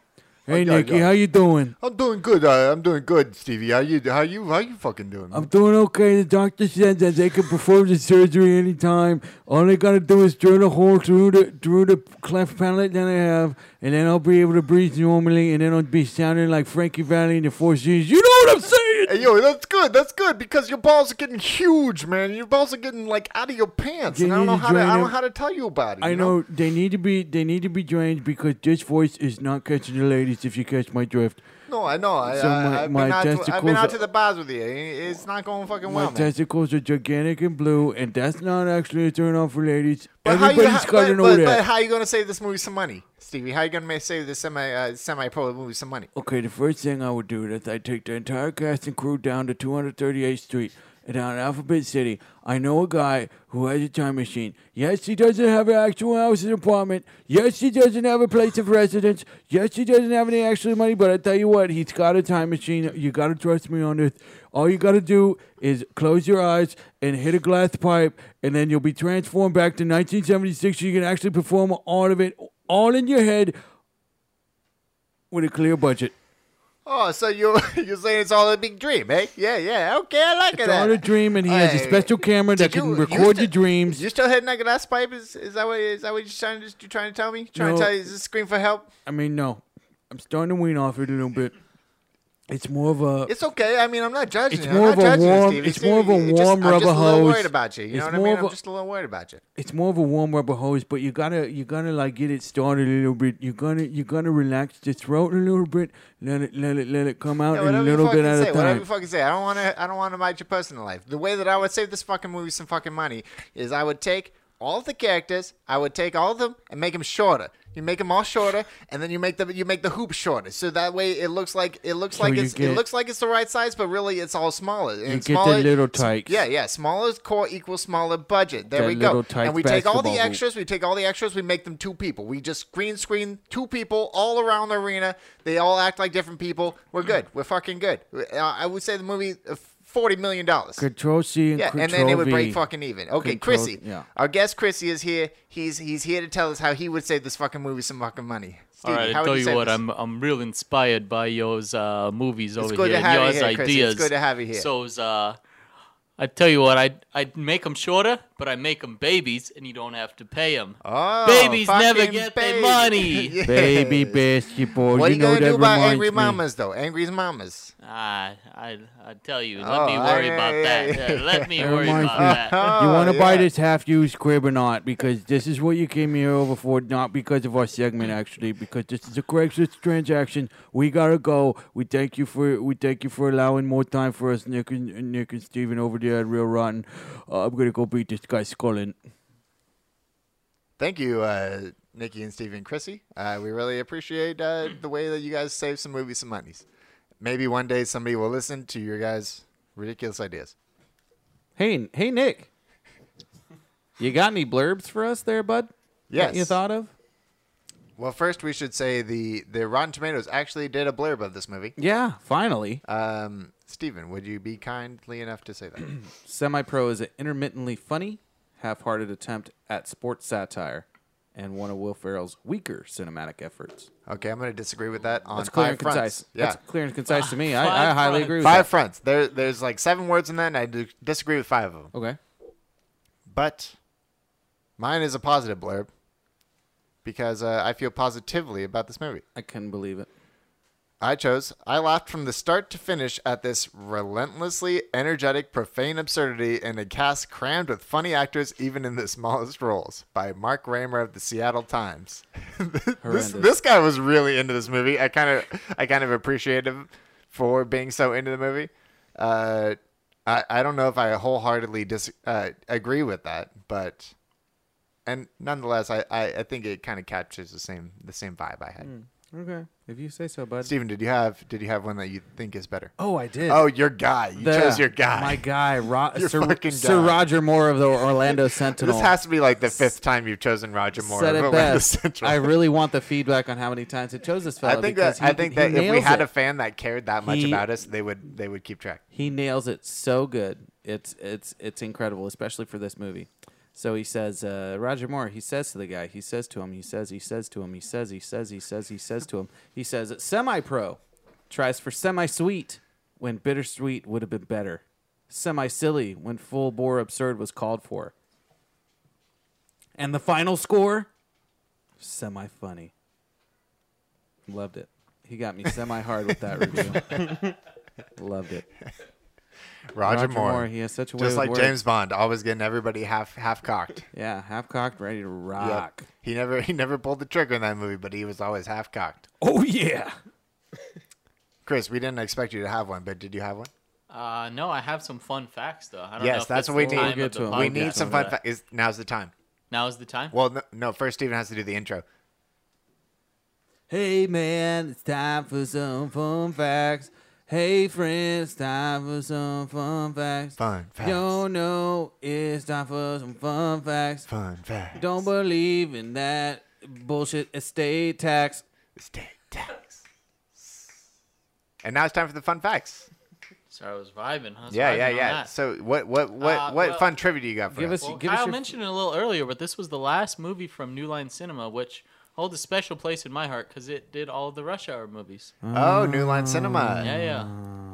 Hey, yeah, Nicky, yeah. how you doing? I'm doing good. Uh, I'm doing good, Stevie. How you? How you? How you fucking doing? I'm doing okay. The doctor said that they can perform the surgery anytime. All they gotta do is drill a hole through the through the cleft palate that I have, and then I'll be able to breathe normally, and then I'll be sounding like Frankie Valley in the Four Seasons. You know what I'm saying? Hey, yo, that's good. That's good because your balls are getting huge, man. Your balls are getting like out of your pants, You and I don't need know to how to. join I don't know up. how to tell you about it. I you know they need to be they need to be drained because this voice is not catching the ladies. If you catch my drift, No, I know. I, So I, my- I've, my been out to, I've been testicles out are- to the bars with you. eh? It's not going fucking my well, man. testicles are gigantic and blue, and that's not actually a turn off for ladies. But how you, Everybody's how- gotta but, know but, that. but how you going to save this movie some money, Stevie? How you going to save this semi uh, semi pro movie some money? Okay, the first thing I would do is I take the entire cast and crew down to 238th Street and down in Alphabet City. I know a guy who has a time machine. Yes, he doesn't have an actual house and apartment. Yes, he doesn't have a place of residence. Yes, he doesn't have any actual money. But I tell you what, he's got a time machine. You gotta trust me on this. All you gotta do is close your eyes and hit a glass pipe, and then you'll be transformed back to 1976. You can actually perform all of it, all in your head, with a clear budget. Oh, so you you're saying it's all a big dream, eh? Yeah, yeah. Okay, I like it. eh? It's all a dream, and he has a Hey, special camera that did can you- you record sti- your dreams. You still heading like a last pipe? Is, is that what is that what you're trying to you're trying to tell me? Trying No. to tell you is this scream for help? I mean, no, I'm starting to wean off it a little bit. It's more of a. It's okay. I mean, I'm not judging. It's you. more I'm of a not judging you, warm- Stevie. it's more of a Stevie, you warm just, I'm just rubber a little hose. worried about you. You It's know what I more mean? of I'm a- just a little worried about you. It's more of a warm rubber hose, but you gotta you gotta like get it started a little bit. You gotta you gotta relax the throat a little bit. Let it let it let it come out Yeah, in a whatever you little fucking bit at say, a whatever you time. fucking say. I don't want to. I don't want to mind your personal life. The way that I would save this fucking movie some fucking money is I would take all the characters. I would take all of them and make them shorter. You make them all shorter, and then you make the you make the hoop shorter. So that way it looks like it looks like you it's it get- looks like it's the right size, but really it's all smaller. And You get the smaller, little tykes. Yeah, yeah. Smaller core equals smaller budget. There That we go. little tyke And we take all the basketball hoop. extras. We take all the extras. We make them two people. We just green screen two people all around the arena. They all act like different people. We're good. We're fucking good. Uh, I would say the movie uh, forty million dollars. Control C and Yeah, control and then it would V. break fucking even. Okay, Control- Chrissy. yeah. Our guest Chrissy is here. He's he's here to tell us how he would save this fucking movie some fucking money. all Stevie, right. how I tell would you save what, this? I'm I'm real inspired by yours uh, movies over good here, to have you yours here, Chris. It's ideas. good to have you here. So, uh, I tell you what, I would I'd make them shorter, but I make them babies, and you don't have to pay them. Oh, Babies never fucking get their baby. money. Yeah. Baby basketball. What are you you know gonna that do about reminds angry me. mamas though? Angry mamas. Ah, I I tell you, let Oh, me worry yeah, about yeah, that. yeah. Yeah, let me That worry reminds about me. that. you Ah, Oh, want to yeah. buy this half-used crib or not? Because this is what you came here over for, not because of our segment, actually. Because this is a Craigslist transaction. We gotta go. We thank you for we thank you for allowing more time for us, Nick and Nick and Steven over there at Real Rotten. Uh, I'm gonna go beat this guy Scullin. Thank you, uh, Nikki and Steve and Chrissy. Uh, we really appreciate uh, Mm. the way that you guys save some movies some monies. Maybe one day somebody will listen to your guys' ridiculous ideas. Hey, hey, Nick. You got any blurbs for us there, bud? Yes. That you thought of? Well, first we should say the the Rotten Tomatoes actually did a blurb of this movie. Yeah, finally. Um, Steven, would you be kindly enough to say that? Semi Pro is an intermittently funny, half hearted attempt at sports satire and one of Will Ferrell's weaker cinematic efforts. okay, I'm going to disagree with that on That's clear five and fronts. concise. Yeah. That's clear and concise to me. I, I highly agree with Five fronts. There, there's like seven words in that, and I do disagree with five of them. that. Okay. But mine is a positive blurb because uh, I feel positively about this movie. I couldn't believe it. I chose. I laughed from the start to finish at this relentlessly energetic, profane absurdity in a cast crammed with funny actors, even in the smallest roles. By Mark Raymer of the Seattle Times. this, Horrendous. this guy was really into this movie. I kind of, I kind of appreciate him for being so into the movie. Uh, I, I don't know if I wholeheartedly dis, uh, agree with that, but, and nonetheless, I, I, I think it kind of captures the same, the same vibe I had. Okay. If you say so, bud. Steven, did you have did you have one that you think is better? Oh, I did. Oh, your guy. You The- chose your guy. My guy, Ro- Your Sir, fucking Sir guy. Roger Moore of the Orlando Sentinel. this has to be like the fifth time you've chosen Roger Moore. said of it Orlando best. Central. I really want the feedback on how many times it chose this fella. I think because that he- I think he that if we nails had it. a fan that cared that much He- about us, they would they would keep track. He nails it so good. It's it's it's incredible, especially for this movie. So he says, uh, Roger Moore. He says to the guy. He says to him. He says. He says to him. He says. He says. He says. He says to him. He says, "Semi-pro tries for semi-sweet when bittersweet would have been better. Semi-silly when full bore absurd was called for. And the final score, semi-funny. Loved it. He got me semi-hard with that review. Loved it. Roger, Moore. He has such a way just with like words. James Bond, always getting everybody half half cocked. Yeah, half cocked, ready to rock. He never he never pulled the trigger in that movie, but he was always half cocked. Oh yeah. Chris, we didn't expect you to have one, but did you have one? Uh, no, I have some fun facts though. I don't Yes, know if that's it's what we the need. Oh, time We'll get of the to 'em. we I'll podcast need some for fun that. facts. Is now's the time? Now is the time. Well, no, no. First, Steven has to do the intro. Hey man, it's time for some fun facts. Hey friends, time for some fun facts. Fun facts. Don't know it's time for some fun facts. Fun fact. Don't believe in that bullshit estate tax. Stay tax. And now it's time for the fun facts. Sorry, I was vibing. I was yeah, vibing yeah, on yeah. that. So what what what Uh, what well- fun trivia do you got for Give us? us- Well, give Kyle your- mentioned it a little earlier, but this was the last movie from New Line Cinema, which holds a special place in my heart because it did all the Rush Hour movies. oh, New Line Cinema. yeah, yeah,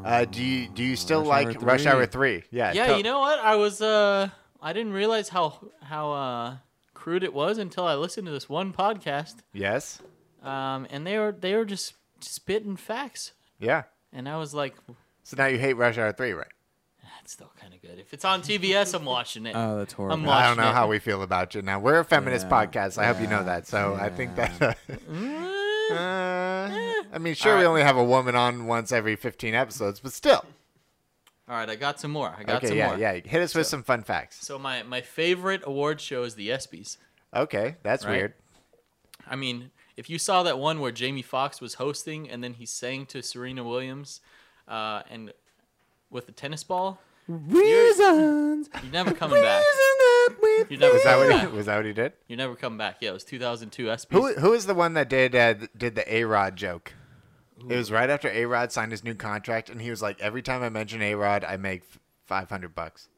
Uh, do you do you still Rush like Hour Rush 3. Hour Three? Yeah. yeah. tell- You know what? I was uh, I didn't realize how how uh crude it was until I listened to this one podcast, Yes. um, and they were they were just spitting facts, Yeah. and I was like, So now you hate Rush Hour Three, right? that's still kind of good. If it's on TBS, I'm watching it. Oh, that's horrible. I'm I don't watching know it. how we feel about you now. We're a feminist Yeah, podcast. I hope you know that. So I think that. Uh, I mean, sure, we only have a woman on once every fifteen episodes, but still. All right, I got some more. I got okay. some Yeah. more. Yeah. Hit us with some fun facts. So my my favorite award show is the ESPYS. Okay, that's Right. weird. I mean, if you saw that one where Jamie Foxx was hosting and then he sang to Serena Williams, uh, and with the tennis ball, Reasons. you're never coming back. You're never Was that what coming back. he, was that what he did? You're never coming back. Yeah, it was 2002 Who ESPYS. who is the one that did uh, th- did the A Rod joke? It was right after A Rod signed his new contract, and he was like, "Every time I mention A Rod, I make five hundred bucks."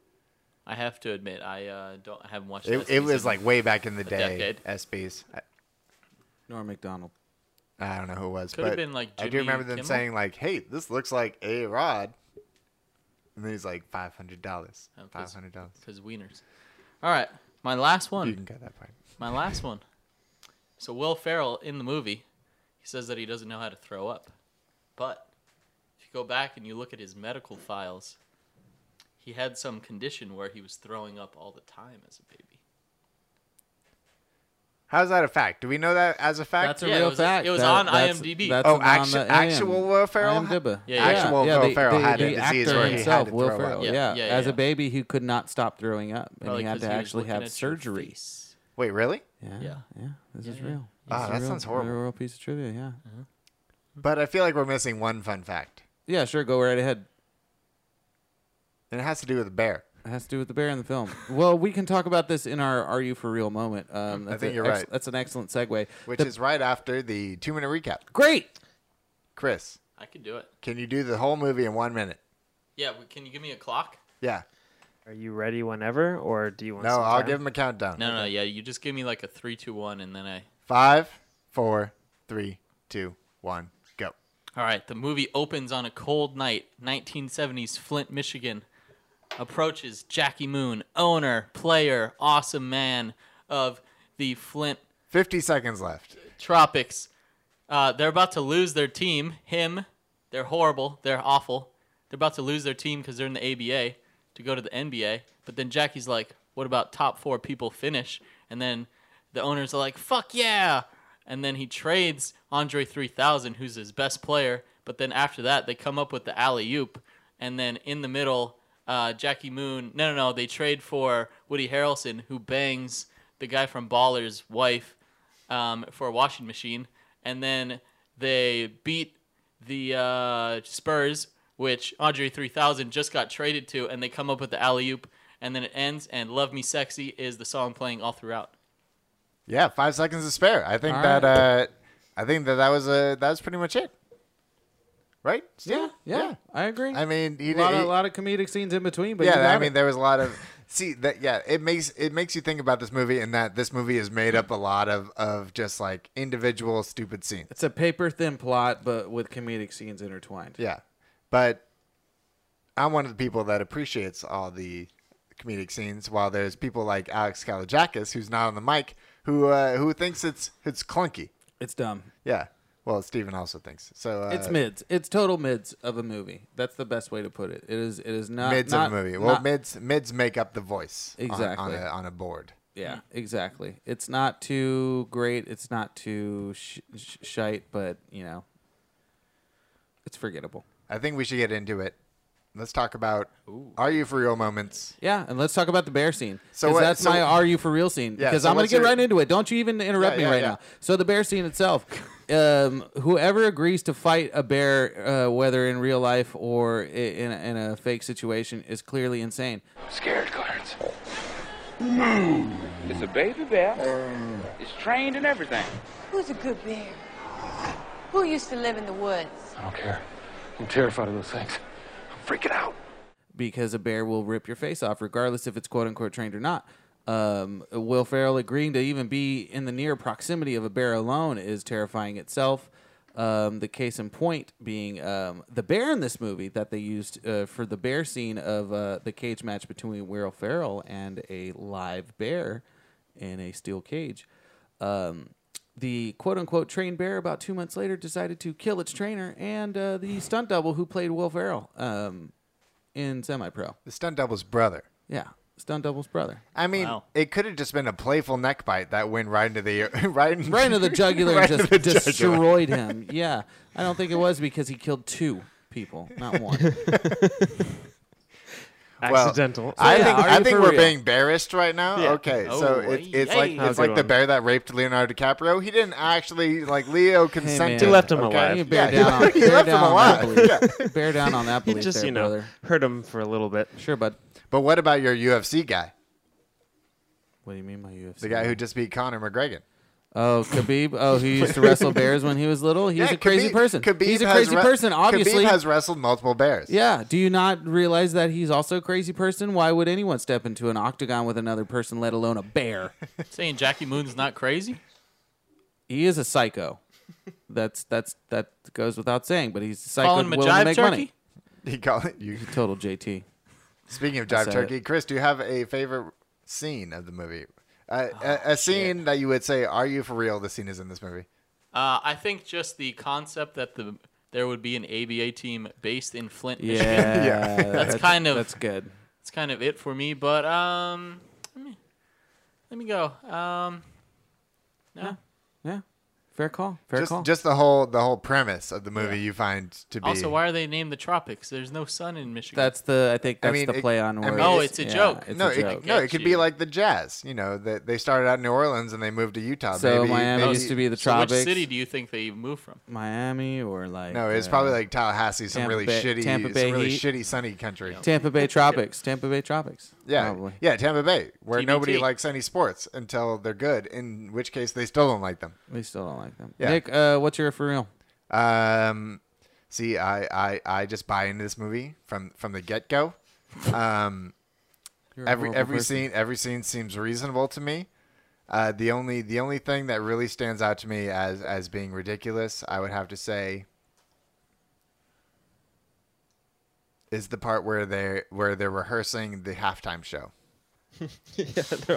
I have to admit, I uh, don't I haven't watched. It, ESPYS it was in- like way back in the day. decade. SBs. I, Norm Macdonald. I don't know who it was, Could've but been, like, I do Jimmy remember them Kimmel? saying like, "Hey, this looks like A Rod," and then he's like, 500 dollars, Oh, 'cause- five hundred dollars." because wieners. All right, my last one. You can cut that part. My last one. So Will Ferrell in the movie, he says that he doesn't know how to throw up. But if you go back and you look at his medical files, he had some condition where he was throwing up all the time as a baby. How's that a fact? Do we know that as a fact? That's a Yeah, it real was- fact. it was That- on that's- IMDb. that's Oh, on actu- the actual Will Ferrell? IMDb. Yeah, yeah. Actual Will Ferrell had a the disease actor where he had himself, to Will throw up. Ferrell. Yeah, Yeah, yeah, As yeah. a baby, he could not stop throwing up, and Probably he had 'cause to was actually looking have at your surgery. face. Wait, really? Yeah, Yeah. yeah, This is yeah. real. This Wow, is Ah, that real- sounds horrible. real Real piece of trivia. Yeah. But I feel like we're missing one fun fact, Yeah, sure. Go right ahead. and it has to do with a bear. It has to do with the bear in the film. well, we can talk about this in our "Are You for Real" moment. Um, that's think a you're ex- right. That's an excellent segue. Which The- is right after the two minute recap. great. Chris, I could do it. can you do the whole movie in one minute? Yeah, but can you give me a clock? Yeah. Are you ready whenever, or do you want? No, some I'll time? give him a countdown. No, no, yeah. You just give me like a three, two, one, and then I. Five, four, three, two, one, go. All right. The movie opens on a cold night, 1970s Flint, Michigan. Approaches Jackie Moon, owner, player, awesome man of the Flint 50 seconds left. Tropics. Uh, they're about to lose their team. Him. They're horrible. They're awful. They're about to lose their team because they're in the ABA to go to the NBA. But then Jackie's like, what about top four people finish? And then the owners are like, fuck yeah. And then he trades Andre 3000, who's his best player. But then after that, they come up with the alley oop. And then in the middle, uh, Jackie Moon. No, no, no. They trade for Woody Harrelson, who bangs the guy from Baller's wife um, for a washing machine, and then they beat the uh, Spurs, which Andre 3000 just got traded to, and they come up with the alley oop, and then it ends, and "Love Me Sexy" is the song playing all throughout. Yeah, five seconds to spare. I think All that right. uh, I think that that was a that was pretty much it. Right? Steve? Yeah, yeah, I agree. I mean, he a lot, did. of, he- lot of comedic scenes in between, but you yeah, I got mean, it. there was a lot of see that. Yeah, it makes it makes you think about this movie and that this movie is made up a lot of of just like individual stupid scenes. it's a paper thin plot, but with comedic scenes intertwined. Yeah, but I'm one of the people that appreciates all the comedic scenes. While there's people like Alex Kalajakis, who's not on the mic, who uh, who thinks it's it's clunky. It's dumb. Yeah. Well, Steven also thinks so. Uh, It's mids. It's total mids of a movie. That's the best way to put it. It is. It is not mids not, of a movie. Well, not- mids mids make up the voice on- on, Exactly. a, on a board. Yeah, exactly. It's not too great. It's not too sh- sh- shite, but you know, it's forgettable. I think we should get into it. Let's talk about are you for real moments. Yeah, and let's talk about the bear scene. So So what- that's so- my "Are you for real?" scene Yeah, because so I'm gonna what's get your- right into it. Don't you even interrupt Yeah, me yeah, right yeah. now. So the bear scene itself, um, whoever agrees to fight a bear, uh, whether in real life or i- in a, in a fake situation, is clearly insane. Scared cards. It's a baby bear. It's trained and everything. Who's a good bear? Who used to live in the woods? I don't care. I'm terrified of those things. I'm freaking out. because a bear will rip your face off, regardless if it's quote unquote trained or not. Um, will Ferrell agreeing to even be in the near proximity of a bear alone is terrifying itself. Um, the case in point being um, the bear in this movie that they used uh, for the bear scene of uh, the cage match between Will Ferrell and a live bear in a steel cage. Um, the quote unquote trained bear about two months later decided to kill its trainer and uh, the stunt double who played Will Ferrell. Um, in semi pro. The stunt double's brother. Yeah. Stunt double's brother. I mean, Wow. it could have just been a playful neck bite that went right into the right, in, Right into the jugular Right and just into the jugular. destroyed him. Yeah. I don't think it was because he killed two people, not one. Well, Accidental. I yeah, think are I you think for we're real? being embarrassed right now. Yeah. Okay, Oh, so it, it's yay. like That it's was a like good the one. bear that raped Leonardo DiCaprio. He didn't actually like Leo consented. He left him okay? alive. You bear Yeah, down on, he bear left him down on that alive. belief. Bear down on that he belief just there, you know brother. hurt him for a little bit. Sure, bud. But what about your UFC guy, What do you mean by UFC? the guy who just beat Conor McGregor? Oh, Khabib. Oh, he used to wrestle bears when he was little. He's a crazy Khabib- person. Khabib He's a has crazy re- person, obviously. Khabib has wrestled multiple bears. Yeah. Do you not realize that he's also a crazy person? Why would anyone step into an octagon with another person, let alone a bear? Saying Jackie Moon's not crazy. he is a psycho. That's that's that goes without saying. But he's a psycho Calling and him a willing to jive make turkey. money. He called it you. Total JT. Speaking of jive said turkey, Chris, do you have a favorite scene of the movie? Uh, Oh, a, a scene that you would say, "Are you for real?" The scene is in this movie. Uh, I think just the concept that the there would be an ABA team based in Flint, Yeah, Michigan. That's kind of- that's good. That's kind of it for me. But um, let me, let me go. Um, no, Yeah, fair call. Fair just, call. just the whole the whole premise of the movie you find to be Also, why are they named the tropics? There's no sun in Michigan. that's the I think I that's mean, the it- play on I words. mean, Oh, it's a joke. It's no, a joke. it, no, it could Got be you. like the jazz. You know, that they started out in New Orleans and they moved to Utah. so maybe, Miami maybe- used to be the so tropics. which city do you think they moved from? Miami or like No, it's uh, probably like Tallahassee, some Tampa really Bay- shitty, Tampa Bay some really Heat. shitty sunny country. Tampa Bay Tropics. Tampa Bay Tropics. Yeah, probably. yeah, Tampa Bay, where TBT. nobody likes any sports until they're good. In which case, they still don't like them. We still don't like them. Yeah. Nick, uh, what's your for real? Um, see, I, I, I just buy into this movie from from the get go. Um, You're a every horrible every person. scene every scene seems reasonable to me. Uh, the only the only thing that really stands out to me as as being ridiculous, I would have to say, is the part where they where they're rehearsing the halftime show. yeah, they're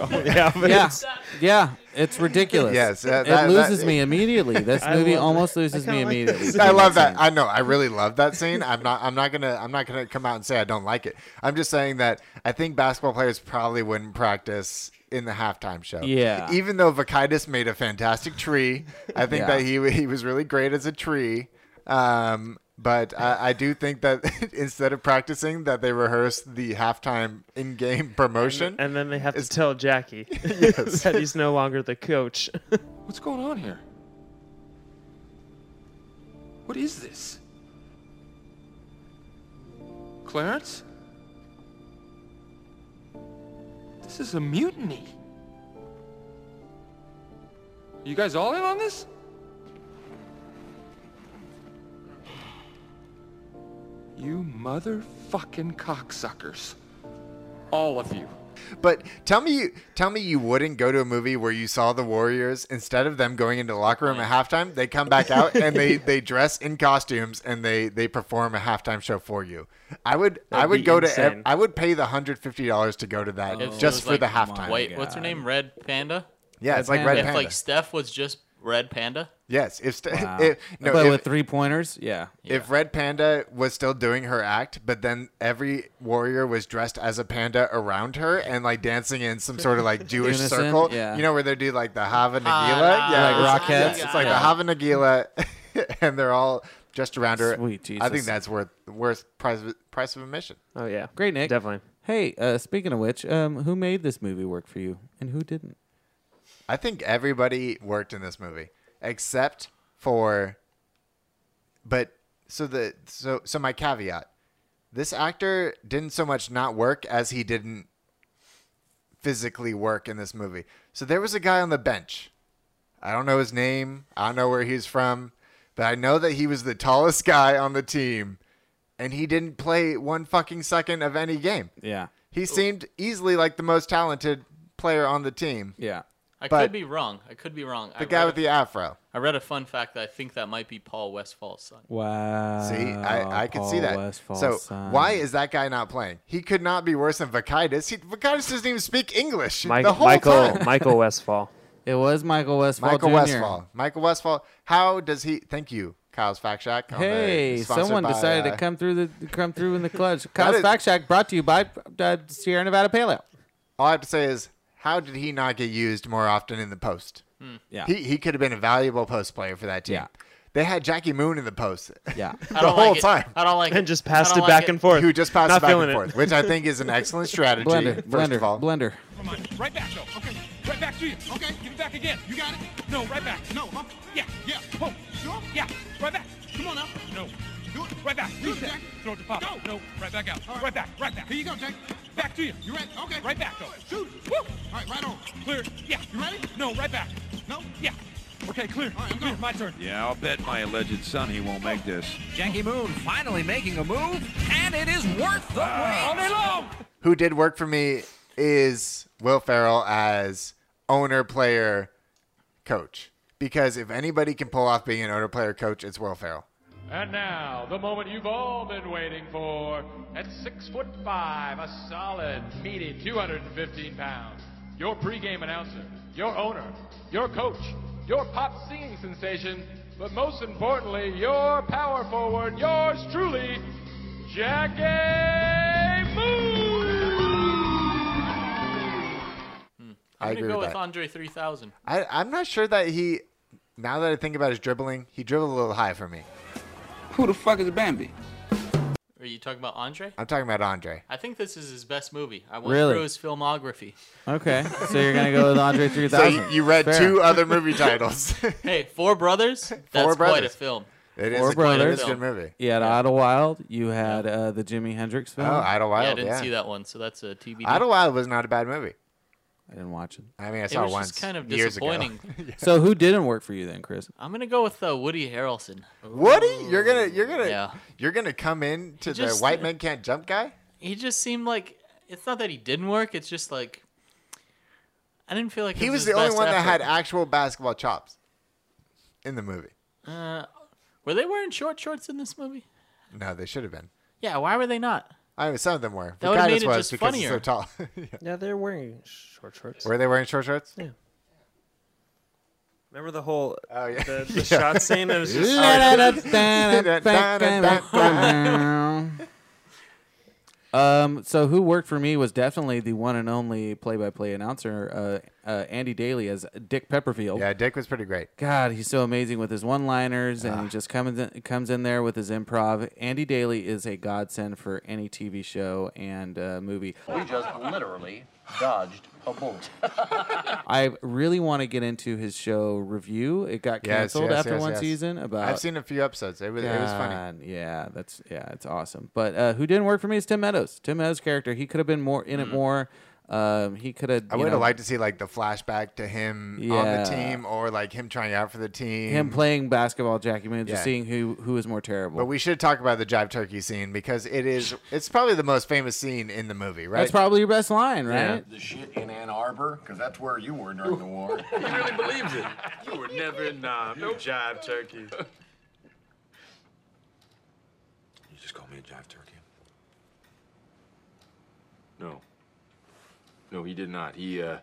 all the outfits. Yeah, yeah, it's ridiculous. Yes, that- it that- that- loses me immediately. This I movie love almost that. I loses me kinda like that immediately. I love that. I know. I really love that scene. I'm not. I'm not gonna. I'm not gonna come out and say I don't like it. I'm just saying that I think basketball players probably wouldn't practice in the halftime show. Yeah. Even though Vakaitis made a fantastic tree, I think Yeah. that he he was really great as a tree. Um, but I, I do think that instead of practicing, that they rehearsed the halftime in-game promotion. And then they have It's- to tell Jackie that he's no longer the coach. What's going on here? What is this? Clarence? This is a mutiny. You guys all in on this? You motherfucking cocksuckers. All of you. But tell me, you tell me you wouldn't go to a movie where you saw the Warriors instead of them going into the locker room at halftime, they come back out and they they dress in costumes and they they perform a halftime show for you. I would I That'd would be go to ev- insane. I would pay the hundred fifty dollars to go to Oh, that If it just was for like the halftime. Wait, what's her name? Red Panda. yeah, it's like Red Red if Panda. like Steph was just Red Panda. yes, if, st- Wow. if no, but if- with three pointers, yeah. If Red Panda was still doing her act, but then every warrior was dressed as a panda around her and like dancing in some sort of like Jewish Unison, circle, yeah. you know where they do like the Hava Nagila, Ah, like yeah, it's- Rockettes? yeah, It's like the Yeah. Hava Nagila, and they're all just around her. Sweet I Jesus. think that's worth worth price of, price of admission. Oh yeah, Great, Nick. Definitely. Hey, uh, speaking of which, um, who made this movie work for you and who didn't? I think everybody worked in this movie except for but so the so so my caveat. This actor didn't so much not work as he didn't physically work in this movie. So there was a guy on the bench. I don't know his name. I don't know where he's from, but I know that he was the tallest guy on the team and he didn't play one fucking second of any game. Yeah, He seemed easily like the most talented player on the team. yeah. I But- could be wrong. I could be wrong. I The guy read with a- the afro. I read a fun fact that I think that might be Paul Westfall's son. Wow. See, I, I could see Oh, Paul that. Westfall's so son. why is that guy not playing? He could not be worse than Vakaitis. He, Vakaitis doesn't even speak English Mike, the whole Michael time. Michael Westfall. it was Michael Westfall? Michael Jr. Westfall. Michael Westfall. How does he? Thank you, Kyle's Fact Shack. on the- Hey, sponsored someone by, decided uh, to come through the come through in the clutch. Kyle's is- Fact Shack brought to you by uh, Sierra Nevada Pale Ale. All I have to say is, how did he not get used more often in the post? Yeah. He he could have been a valuable post player for that team. Yeah. They had Jackie Moon in the post Yeah. I the don't whole like it. time. I don't like And it. just I passed don't it like back and forth. Who just passed Not it back feeling and it. forth, which I think is an excellent strategy. blender, first blender, of all, blender. Come on, right back though. Okay, right back to you. Okay, give it back again. You got it. No, right back. No, huh? Yeah, yeah. Oh, sure. Yeah, right back. Come on now. No, do it. Right back. Do Reset. Throw it to pop. Go. No, right back out. Right back. Right back. Here you go, Jack. Back to you. You ready? Okay. Right back though. Shoot. Woo. All right, right on. Clear. Yeah. You ready? No, right back. No. Yeah. Okay, clear. All right, I'm clear. My turn. Yeah, I'll bet my alleged son he won't make this. Jackie Moon finally making a move, and it is worth the All day long. who did work for me is Will Ferrell as owner player coach because if anybody can pull off being an owner player coach, it's Will Ferrell. And now, the moment you've all been waiting for. At six foot five, a solid, meaty 215 pounds. Your pregame announcer, your owner, your coach, your pop singing sensation, but most importantly, your power forward, yours truly, Jackie Moon! I'm I gonna agree go with with that. Andre 3000. I, I'm not sure that he. Now that I think about his dribbling, he dribbled a little high for me. Who the fuck is Bambi? Are you talking about Andre? I'm talking about Andre. I think this is his best movie. I went Really? through his filmography. Okay, so you're gonna go with Andre So 3000. you- you read Fair. two other movie titles. hey, Four Brothers? That's Four quite a Brothers. film. It Four is a quite it Brothers. is a good movie. You had Idlewild. You had uh, the Jimi Hendrix film. Oh, Idlewild, yeah, I didn't yeah. see that one, so that's a TBD. Idlewild was not a bad movie. I didn't watch it. I mean, I It saw was it once. just kind of years ago. disappointing. So who didn't work for you then, Chris? I'm gonna go with uh, Woody Harrelson. Woody, you're gonna you're gonna Yeah. you're gonna come in to the just- white men can't jump guy. He just seemed like it's not that he didn't work. It's just like I didn't feel like it He was the his only best one that had effort. actual basketball chops in the movie. Uh, were they wearing short shorts in this movie? No, they should have been. Yeah, why were they not? I mean, some of them were. That would've Vukakis made it was just because he's funnier. so tall. Yeah, they're wearing short shorts. Were they wearing short shorts? Yeah. Remember the whole oh, yeah. the, the Yeah. shot scene that was just uh, Um, so who worked for me was definitely the one and only play-by-play announcer, uh, uh, Andy Daly as Dick Pepperfield. Yeah, Dick was pretty great. God, he's so amazing with his one-liners, and Ah. he just comes in, comes in there with his improv. Andy Daly is a godsend for any TV show and uh, movie. We just literally dodged a bullet. I really want to get into his show review. It got Yes, canceled yes, after yes, one yes. season. Uh, About I've seen a few episodes. It was it was funny. God, Yeah, that's yeah, it's awesome. But uh, who didn't work for me is Tim Meadows. Tim Meadows' character. He could have been more Mm-hmm. in it more. Um, he could have. I you would know, have liked to see like the flashback to him on Yeah. the team or like him trying out for the team. him playing basketball, Jackie Moon, just Yeah. seeing who who is more terrible. But we should talk about the jive turkey scene because it is it's probably the most famous scene in the movie, right? That's probably your best line, right? The shit in Ann Arbor, because that's where you were during the war. He really believes it. You were never in Nam. No jive turkey. You just call me a jive turkey. No. No, he did not. He uh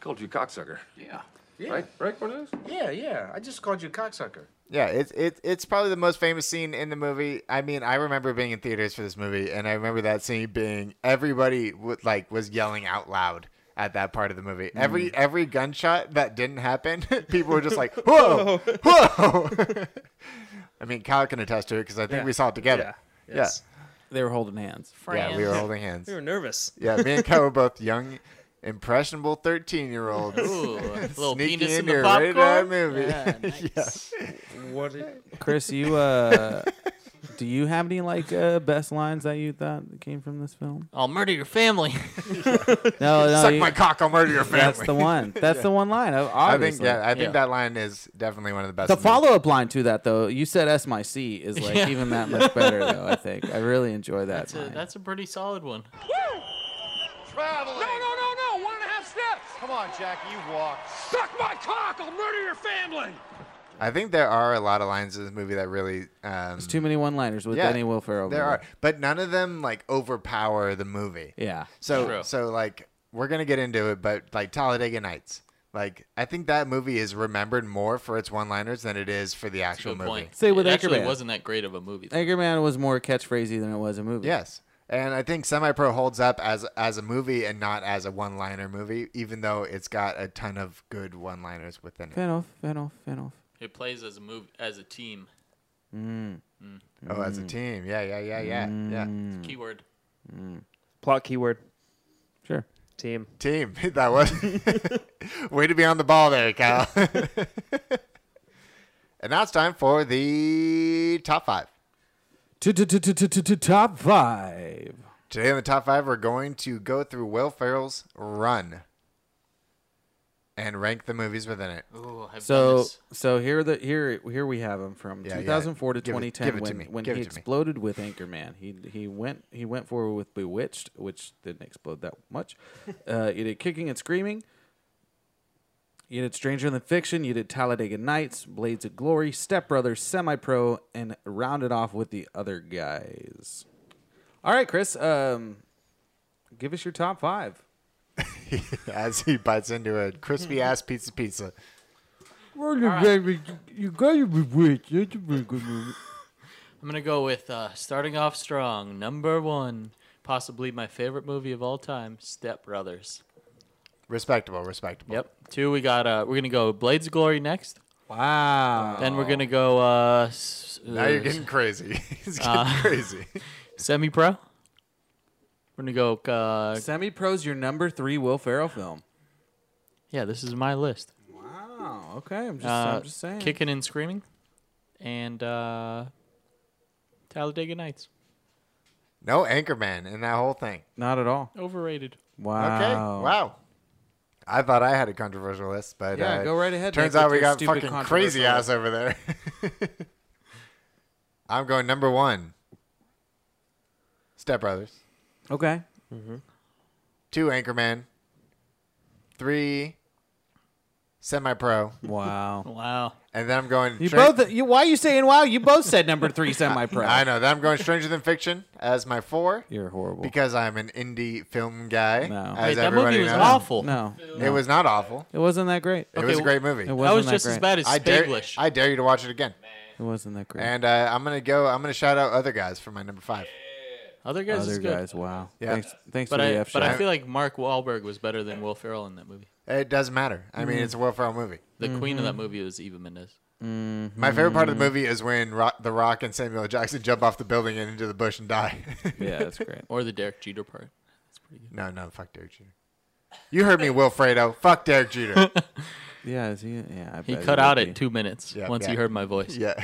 called you cocksucker. Yeah. Yeah. Right, right, Cornelius? Yeah, yeah. I just called you a cocksucker. Yeah, it's it, it's probably the most famous scene in the movie. I mean, I remember being in theaters for this movie, and I remember that scene being everybody would like was yelling out loud at that part of the movie. Every every gunshot that didn't happen, people were just like, "Whoa, whoa!" I mean, Kyle can attest to it because I think Yeah. we saw it together. Yeah. Yeah, Yes. They were holding hands. yeah, we were holding hands. We were nervous. Yeah, me and Kyle were both young, impressionable thirteen-year-olds. Ooh, a little sneaking penis in the into a rated R popcorn? movie. Yeah, nice. What? Chris, you uh, do you have any like uh, best lines that you thought that came from this film? I'll murder your family. No, no, Suck you- my cock, I'll murder your family. That's the one. That's the one line. ob- Obviously. I think yeah, I think that line is definitely one of the best. The in movie. follow up line to that though, you said S my C is like Yeah. even that much better though, I think. I really enjoy that. That's a, that's a pretty solid one. Traveling. No, no, no, no. One and a half steps. Come on, Jack. You walk. Suck my cock. I'll murder your family. I think there are a lot of lines in this movie that really um, There's too many one liners with yeah, Danny Wilfer over There are, but none of them like overpower the movie. Yeah. So True. so like we're gonna get into it, but like Talladega Nights, like I think that movie is remembered more for its one liners than it is for the actual Good movie. point. Say with it actually Anchorman. wasn't that great of a movie. Anchorman was more catchphrasy than it was a movie. Yes. And I think Semi Pro holds up as as a movie and not as a one liner movie, even though it's got a ton of good one liners within it. Fan off, fan off, fan off. It plays as a movie as a team. Mm. Oh, as a Mm. team. Yeah, yeah, yeah, yeah. Yeah. It's a keyword. Plot keyword. Sure. Team. Team. That was way to be on the ball there, Kyle. and now it's time for the top five. Top five. Today on the top five, we're going to go through Will Ferrell's Run and rank the movies within it. Ooh, I've done So this. so here the here here we have him from Yeah, yeah. 2004 to Give it- 2010 give it to when me. when Give he it to me. exploded with Anchorman. He he went he went forward with Bewitched, which didn't explode that much. uh, it did kicking and screaming. You did Stranger Than Fiction, you did Talladega Nights, Blades of Glory, Step Brothers, Semi Pro, and rounded off with the other guys. All right, Chris, um, give us your top five. As he bites into a crispy ass pizza pizza. Well, you baby, you gotta be rich. That's a pretty good movie. I'm gonna go with uh, starting off strong. Number one, possibly my favorite movie of all time, Step Brothers. Respectable, respectable. Yep. Two, we got. Uh, we're gonna go Blades of Glory next. Wow. Then we're gonna go. Uh, s- Oh. Now you're getting crazy. It's getting Uh. crazy. Semi pro. We're gonna go. Uh, Semi Pro's your number three Will Ferrell film. yeah, this is my list. Wow. Oh, Okay. I'm just, Uh, I'm just saying. Kicking and screaming, and uh, Talladega Nights. No Anchorman in that whole thing. Not at all. Uh, Overrated. Okay. Wow. Um, I thought I had a controversial list, but Yeah, uh, go right ahead, Turns Nick, out with we your got stupid fucking crazy controversial ass over there. I'm going number one. Step Brothers. Okay. Two Anchorman. Three Semi Pro. Wow. Wow. And then I'm going. You Tran- both. You, why are you saying wow? You both said number three Semi Pro. I know. Then I'm going Stranger Than Fiction as my four. You're horrible. Because I'm an indie film guy. No. As Wait, that everybody movie was knows. awful. No. It was not awful. It wasn't that great. It was a great movie. It wasn't that just as great. bad as I dare, Spanglish. I dare you to watch it again. It wasn't that great. And uh, I'm gonna go. I'm gonna shout out other guys for my number five. Other guys Other is good. guys. Wow. Yeah. Thanks. Thanks But for the I, F but I shot. feel like Mark Wahlberg was better than Will Ferrell in that movie. It doesn't matter. I mean, it's a Will Ferrell movie. The queen of that movie was Eva Mendes. My favorite part Mm-hmm. of the movie is when Rock, The Rock and Samuel L. Jackson jump off the building and into the bush and die. Yeah, that's great. Or the Derek Jeter part. no, no, fuck Derek Jeter. You heard me, Wilfredo. Fuck Derek Jeter. Yeah. Is he, yeah. I He bet cut would out be. at two minutes Yeah, once he yeah. heard my voice. yeah.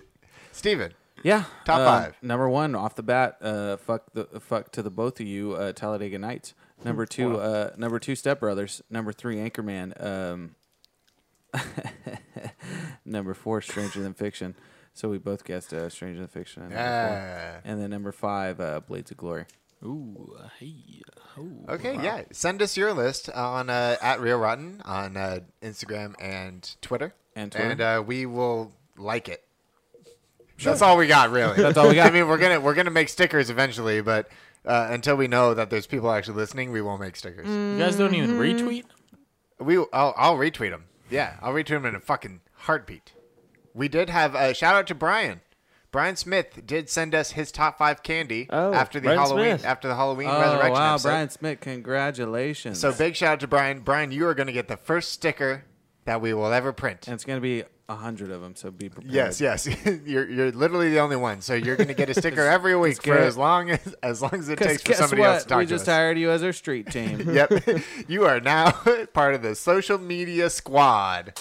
Steven. Yeah. Top uh, five. Number one, off the bat, uh, fuck the fuck to the both of you, uh, Talladega Nights. Number two, uh, number two, Step Brothers. Number three, Anchorman. Um, number four, Stranger Than Fiction. So we both guessed uh, Stranger Than Fiction. at number four. Yeah. And then number five, uh, Blades of Glory. Ooh, hey. Oh. Okay, yeah. Send us your list on uh, at Real Rotten on uh, Instagram and Twitter, And Twitter. and uh, we will like it. That's all we got, really. That's all we got. I mean, we're gonna we're gonna make stickers eventually, but uh, until we know that there's people actually listening, we won't make stickers. Mm. You guys don't even retweet? We I'll, I'll retweet them. Yeah, I'll retweet them in a fucking heartbeat. We did have a shout out to Brian. Brian Smith did send us his top five candy Oh, after the Brian Halloween Smith. after the Halloween Oh resurrection. wow, episode. Brian Smith! Congratulations. So big shout out to Brian. Brian, you are going to get the first sticker that we will ever print. and it's gonna be a hundred of them. So be prepared. Yes, yes. you're you're literally the only one. So you're going to get a sticker every week for good. as long as as long as it Because takes for guess what? somebody else to talk we to just us. hired you as our street team. yep. you are now part of the social media squad.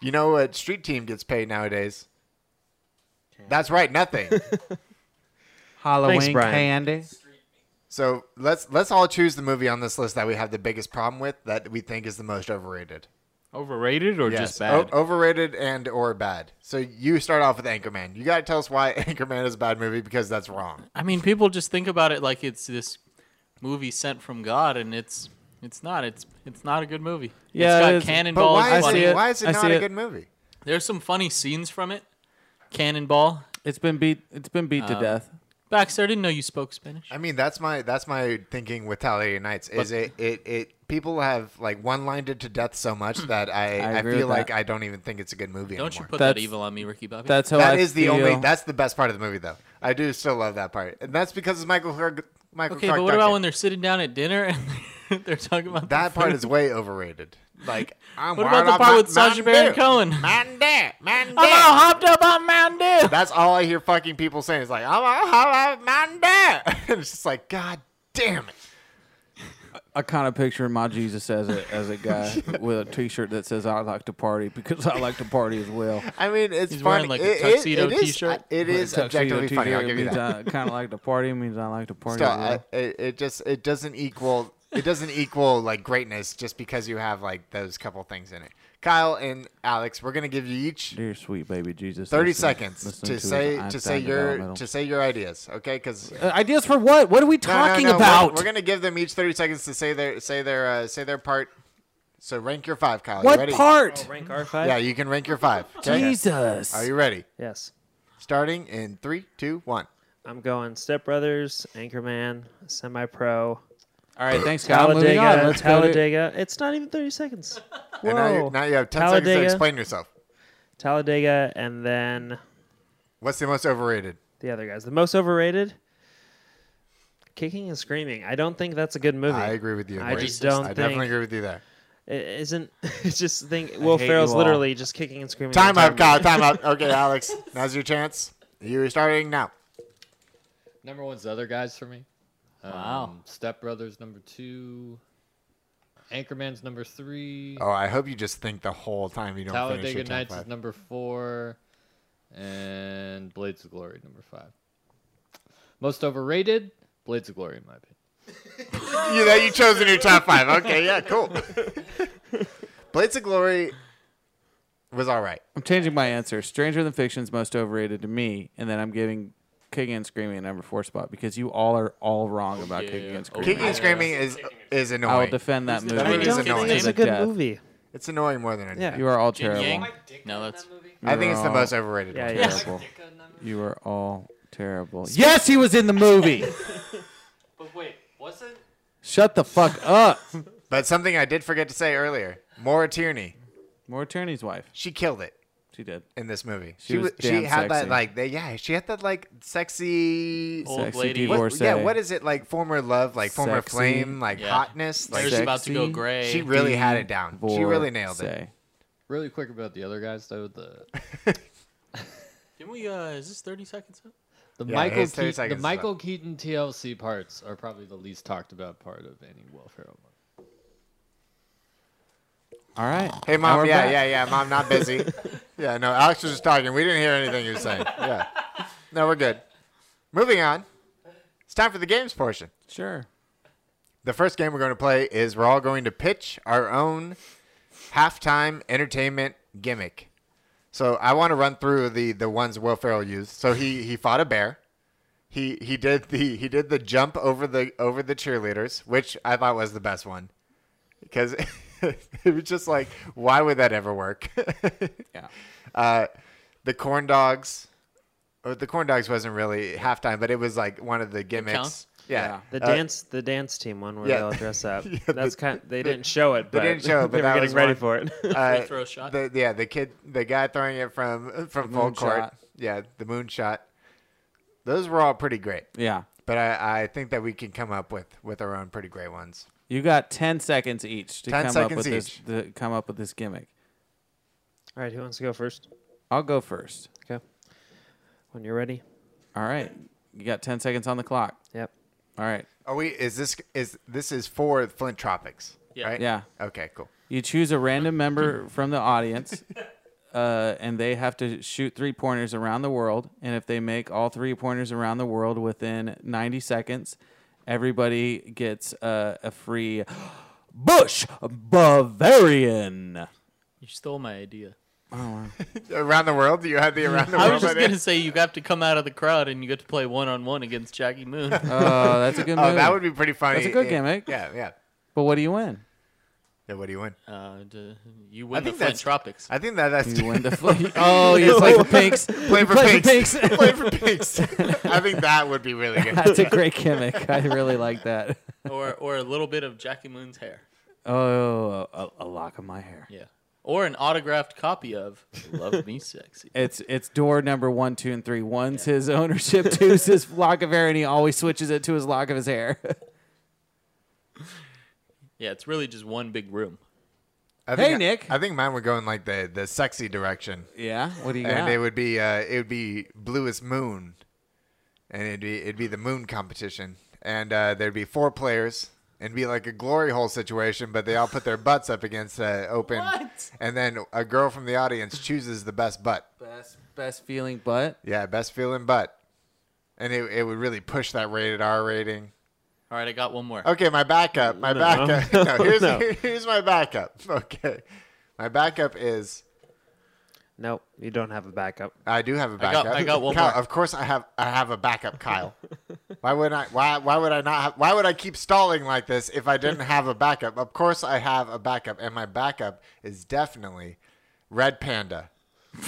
You know what street team gets paid nowadays? That's right, nothing. Halloween Brian. candy. so let's let's all choose the movie on this list that we have the biggest problem with that we think is the most overrated. Overrated or just O- bad? overrated and or bad. So you start off with Anchorman. You gotta tell us why Anchorman is a bad movie because that's wrong. I mean, people just think about it like it's this movie sent from God, and it's it's not. It's it's not a good movie. Yeah, it it's is. got cannonball. But why is, funny. it, why is I it see not a it. good movie? There's some funny scenes from it. Cannonball. It's been beat. It's been beat to death. Baxter, I didn't know you spoke Spanish. I mean, that's my that's my thinking with Talladega Nights. Is it, it it people have like one lined it to death so much that I, I, agree feel with like that. I don't even think it's a good movie Don't you anymore. put uh, that That's- evil on me, Ricky Bobby. That's how that I is the feel. only that's the best part of the movie though. I do still love that part, and that's because it's Michael Clark. Michael okay, Clark but what about Duncan. when they're sitting down at dinner and they're talking about the That part food? is way overrated. Like, I'm What about wired the off part Mou- with Sacha Mountain Baron Dew. Cohen? Mountain Dew, Mountain I'm Dew. all hopped up on Mountain Dew. That's all I hear fucking people saying. It's like, I'm all hopped up Mountain Dew. And it's just like, God damn it. I kind of picture my Jesus as a as a guy with a T-shirt that says "I like to party" because I like to party as well. I mean, it's He's funny. wearing, like, a it, it- tuxedo it is- uh, t-shirt. It is objectively funny. I'll give you that. Kind of like to party means I like to party. Still, as well. I, it, it just it doesn't equal it doesn't equal like greatness just because you have like those couple things in it. Kyle and Alex, we're gonna give you each Dear sweet baby Jesus. thirty listen- seconds listen to us. say I'm to say dying your about to metal. say your ideas, okay? Because Uh, ideas for what? What are we No, no, talking no, we're- about? We're, gonna give them each thirty seconds to say their say their uh, say their part. So rank your five, Kyle. You What ready? part? Oh, rank our five? Yeah, you can rank your five. okay? Jesus. Are you ready? Yes. Starting in three, two, one. I'm going Step Brothers, Anchorman, Semi Pro. All right, thanks, Kyle. Moving on. Let's go to- Talladega. It's not even 30 seconds. Whoa. And now you- now you have 10 seconds to explain yourself. Talladega, and then. What's the most overrated? The other guys. The most overrated? Kicking and Screaming. I don't think that's a good movie. I agree with you. I Racist. just don't I think. definitely agree with you there. It isn't. It's just think Will hate Ferrell's you all. literally just kicking and screaming. the Time up, Kyle. entire movie. Time up. Okay, Alex. Now's your chance. You're starting now. Number one's the other guys for me. Um, Wow. Step Brothers number two. Anchorman's number three. Oh, I hope you just think the whole time you don't finish your Talladega top Nights five. is number four, and Blades of Glory number five. Most overrated, Blades of Glory in my opinion. you that you chose in your top five. Okay, yeah, cool. Blades of Glory was all right. I'm changing my answer. Stranger Than Fiction's most overrated to me, and then I'm giving Kicking and Screaming a number four spot because you all are all wrong about Kicking and Screaming. Kicking and Screaming is is annoying. I will defend that movie. That movie is annoying. movie. It's annoying more than anything. You are all terrible. No, that's. I think it's the most overrated. Yeah, one. yeah. Terrible. You are all terrible. Yes, he was in the movie. But wait, wasn't Shut the fuck up. But something I did forget to say earlier: Maura Tierney. Maura Tierney's wife. She killed it. She did in this movie. She was wa- damn she had that sexy. like they, yeah she had that like sexy Old Sexy lady. What, yeah, divorcee. what is it like? Former love, like former Sexy. flame, like Yeah. hotness. Like Hair's about to go Sexy gray. She really had it down. She really nailed it. Really quick about the other guys though. The Didn't we? Uh, is this thirty seconds? Up? the Yeah, Michael his 30 Keaton, seconds the is Michael Keaton TLC parts are probably the least talked about part of any Will Ferrell movie. All right. Hey mom, we're yeah, back. yeah, yeah, mom, not busy. yeah, no, Alex was just talking. We didn't hear anything you were saying. Yeah, no, we're good. Moving on. It's time for the games portion. Sure. The first game we're going to play is we're all going to pitch our own halftime entertainment gimmick. So I want to run through the the ones Will Ferrell used. So he he fought a bear. He he did the he did the jump over the over the cheerleaders, which I thought was the best one because it was just like, why would that ever work? yeah. Uh, the corn dogs. oh, the corn dogs wasn't really halftime, but it was like one of the gimmicks. Yeah. The Uh, dance, the dance team one where yeah. they all dress up. Yeah, That's the- kind. They the- didn't show it, but they didn't show it, but they were that getting was ready one. for it. Uh, the- yeah, the kid, the guy throwing it from from The full moonshot. court. Yeah, the moon shot. Those were all pretty great. Yeah. But I, I think that we can come up with with our own pretty great ones. You got ten seconds each to 10 come up seconds with this to come up with this gimmick. all right, who wants to go first? I'll go first. Okay. When you're ready. All right. You got ten seconds on the clock. Yep. All right. Are we? Is this is this is for Flint Tropics? Yeah. Right? Yeah. Okay. Cool. You choose a random member from the audience, uh, and they have to shoot three pointers around the world. And if they make all three pointers around the world within 90 seconds, everybody gets uh, a free Bush Bavarian. You stole my idea. Oh, wow. Around the world? You had the around the I world. was just idea? gonna say you have to come out of the crowd and you get to play one on one against Jackie Moon. Oh, that's a good Oh, that movie. would be pretty funny. That's a good Yeah, gimmick. Yeah. Yeah. But what do you win? Yeah, what do you win? Uh, d- you win the think Flint that's- Tropics. I think that that's You win the Flint- Oh, you play for Pinks. Play You for play for pinks. Pinks. play for pinks. I think that would be really good. That's a great gimmick. I really like that. or or a little bit of Jackie Moon's hair, Oh, a, a lock of my hair. Yeah. or an autographed copy of "Love Me Sexy." It's it's door number one, two, and three. One's his ownership, two's his lock of hair, and he always switches it to his lock of his hair. Yeah, it's really just one big room. I think, hey, Nick. I think mine would go in like the, the sexy direction. Yeah? What do you and got? it would be uh, it would be bluest moon, and it'd be it'd be the moon competition, and uh, there'd be four players. It'd be like a glory hole situation, but they all put their butts up against uh, open, What? and then a girl from the audience chooses the best butt. best best feeling butt. Yeah, best feeling butt, and it it would really push that rated R rating. All right, I got one more. Okay, my backup. My No. backup. No, here's No. here's my backup. Okay, my backup is Nope, you don't have a backup. I do have a backup. Kyle, Of course, I have. I have a backup, Kyle. why would I? Why? Why would I not? Have, why would I keep stalling like this if I didn't have a backup? Of course, I have a backup, and my backup is definitely Red Panda.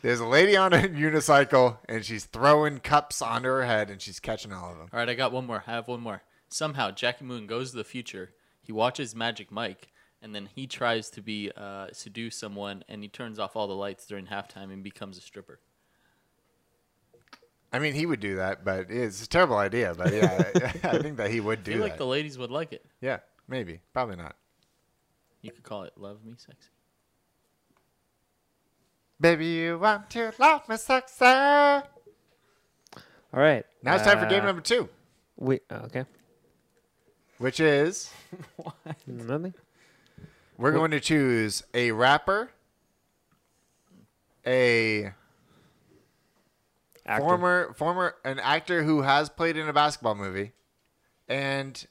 There's a lady on a unicycle, and she's throwing cups onto her head, and she's catching all of them. All right, I got one more. I have one more. Somehow, Jackie Moon goes to the future. He watches Magic Mike, and then he tries to be uh, seduce someone, and he turns off all the lights during halftime and becomes a stripper. I mean, he would do that, but it's a terrible idea. But yeah, I, I think that he would I do feel that. like the ladies would like it. yeah, maybe, probably not. You could call it "Love Me Sexy." Baby, you want to love me sexy. Now All right. it's time for game uh, number two, We oh, okay. which is Nothing. we're Wh- going to choose a rapper, a Actor. former former an actor who has played in a basketball movie, and